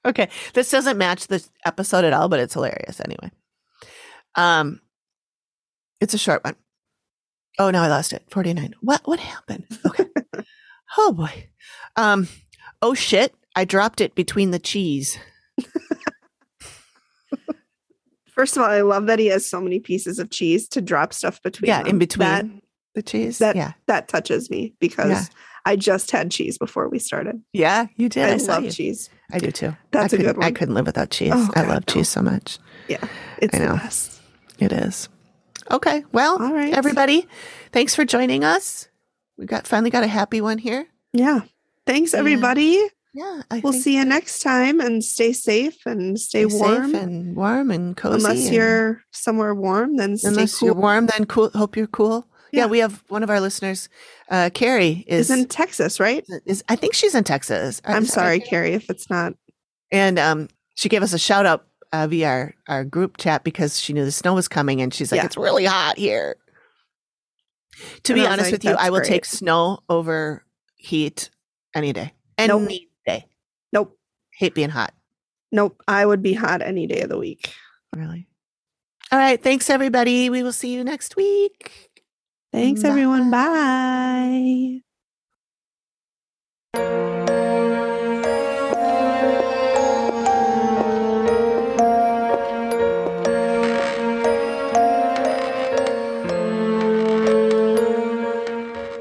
S2: okay, this doesn't match this episode at all, but it's hilarious anyway. Um it's a short one. Oh, no, I lost it. 49. What what happened? Okay. oh boy. Um oh shit, I dropped it between the cheese.
S3: First of all, I love that he has so many pieces of cheese to drop stuff between.
S2: yeah, in
S3: them.
S2: between
S3: That,
S2: the cheese.
S3: that-
S2: yeah.
S3: that touches me because
S2: Yeah.
S3: I just had cheese before we started.
S2: Yeah, you did. I,
S3: I,
S2: saw
S3: love
S2: you.
S3: cheese.
S2: I do too.
S3: That's
S2: I
S3: a good
S2: couldn't- I
S3: one.
S2: couldn't live without cheese.
S3: Oh,
S2: I
S3: God,
S2: love
S3: no.
S2: cheese so much.
S3: It's
S2: I
S3: the
S2: know.
S3: best.
S2: It is. Okay. Well,
S3: All right.
S2: everybody, thanks for joining us. We got finally got a happy one here.
S3: Yeah. Thanks,
S2: Yeah.
S3: everybody.
S2: Yeah. I
S3: We'll
S2: think
S3: see you next time and stay safe and stay,
S2: stay
S3: warm.
S2: safe and warm and cozy.
S3: unless
S2: and-
S3: you're somewhere warm, then stay
S2: unless
S3: cool.
S2: you're warm, then cool. Hope you're cool. Yeah.
S3: Yeah.
S2: we have one of our listeners, uh, Carrie is,
S3: It's in Texas, right?
S2: is I think she's in Texas. Uh,
S3: I'm
S2: is that right,
S3: sorry, Carrie, if it's not.
S2: And um, she gave us a shout out uh, via our, our group chat because she knew the snow was coming and she's like,
S3: Yeah.
S2: it's really hot here. To be
S3: And I was
S2: honest
S3: like,
S2: with you,
S3: "That's
S2: I will
S3: great."
S2: take snow over heat any day. Any
S3: Nope.
S2: day.
S3: Nope.
S2: Hate being hot.
S3: Nope. I would be hot any day of the week.
S2: Really. All right. Thanks, everybody. We will see you next week.
S3: Thanks, everyone. Bye.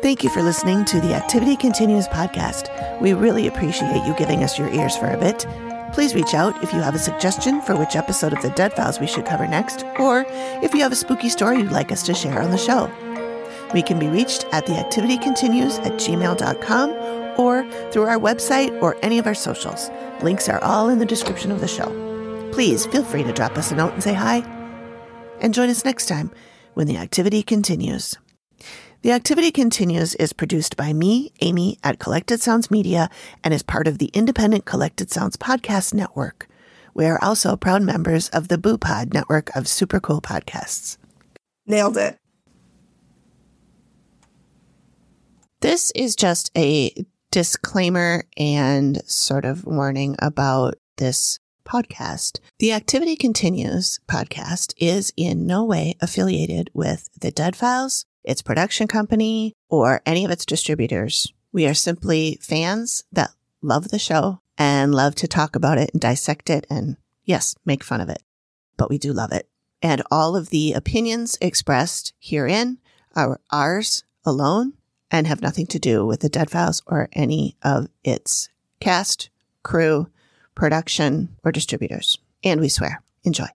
S2: Thank you for listening to the Activity Continues podcast. We really appreciate you giving us your ears for a bit. Please reach out if you have a suggestion for which episode of the Dead Files we should cover next, or if you have a spooky story you'd like us to share on the show. We can be reached at theactivitycontinues at gmail.com or through our website or any of our socials. Links are all in the description of the show. Please feel free to drop us a note and say hi. And join us next time when the activity continues. The Activity Continues is produced by me, Amy, at Collected Sounds Media and is part of the independent Collected Sounds Podcast Network. We are also proud members of the Boo Pod network of super cool podcasts.
S3: Nailed it.
S2: This is just a disclaimer and sort of warning about this podcast. The Activity Continues podcast is in no way affiliated with the Dead Files, its production company, or any of its distributors. We are simply fans that love the show and love to talk about it and dissect it and, yes, make fun of it. But we do love it. And all of the opinions expressed herein are ours alone and have nothing to do with the Dead Files or any of its cast, crew, production, or distributors. And we swear. Enjoy.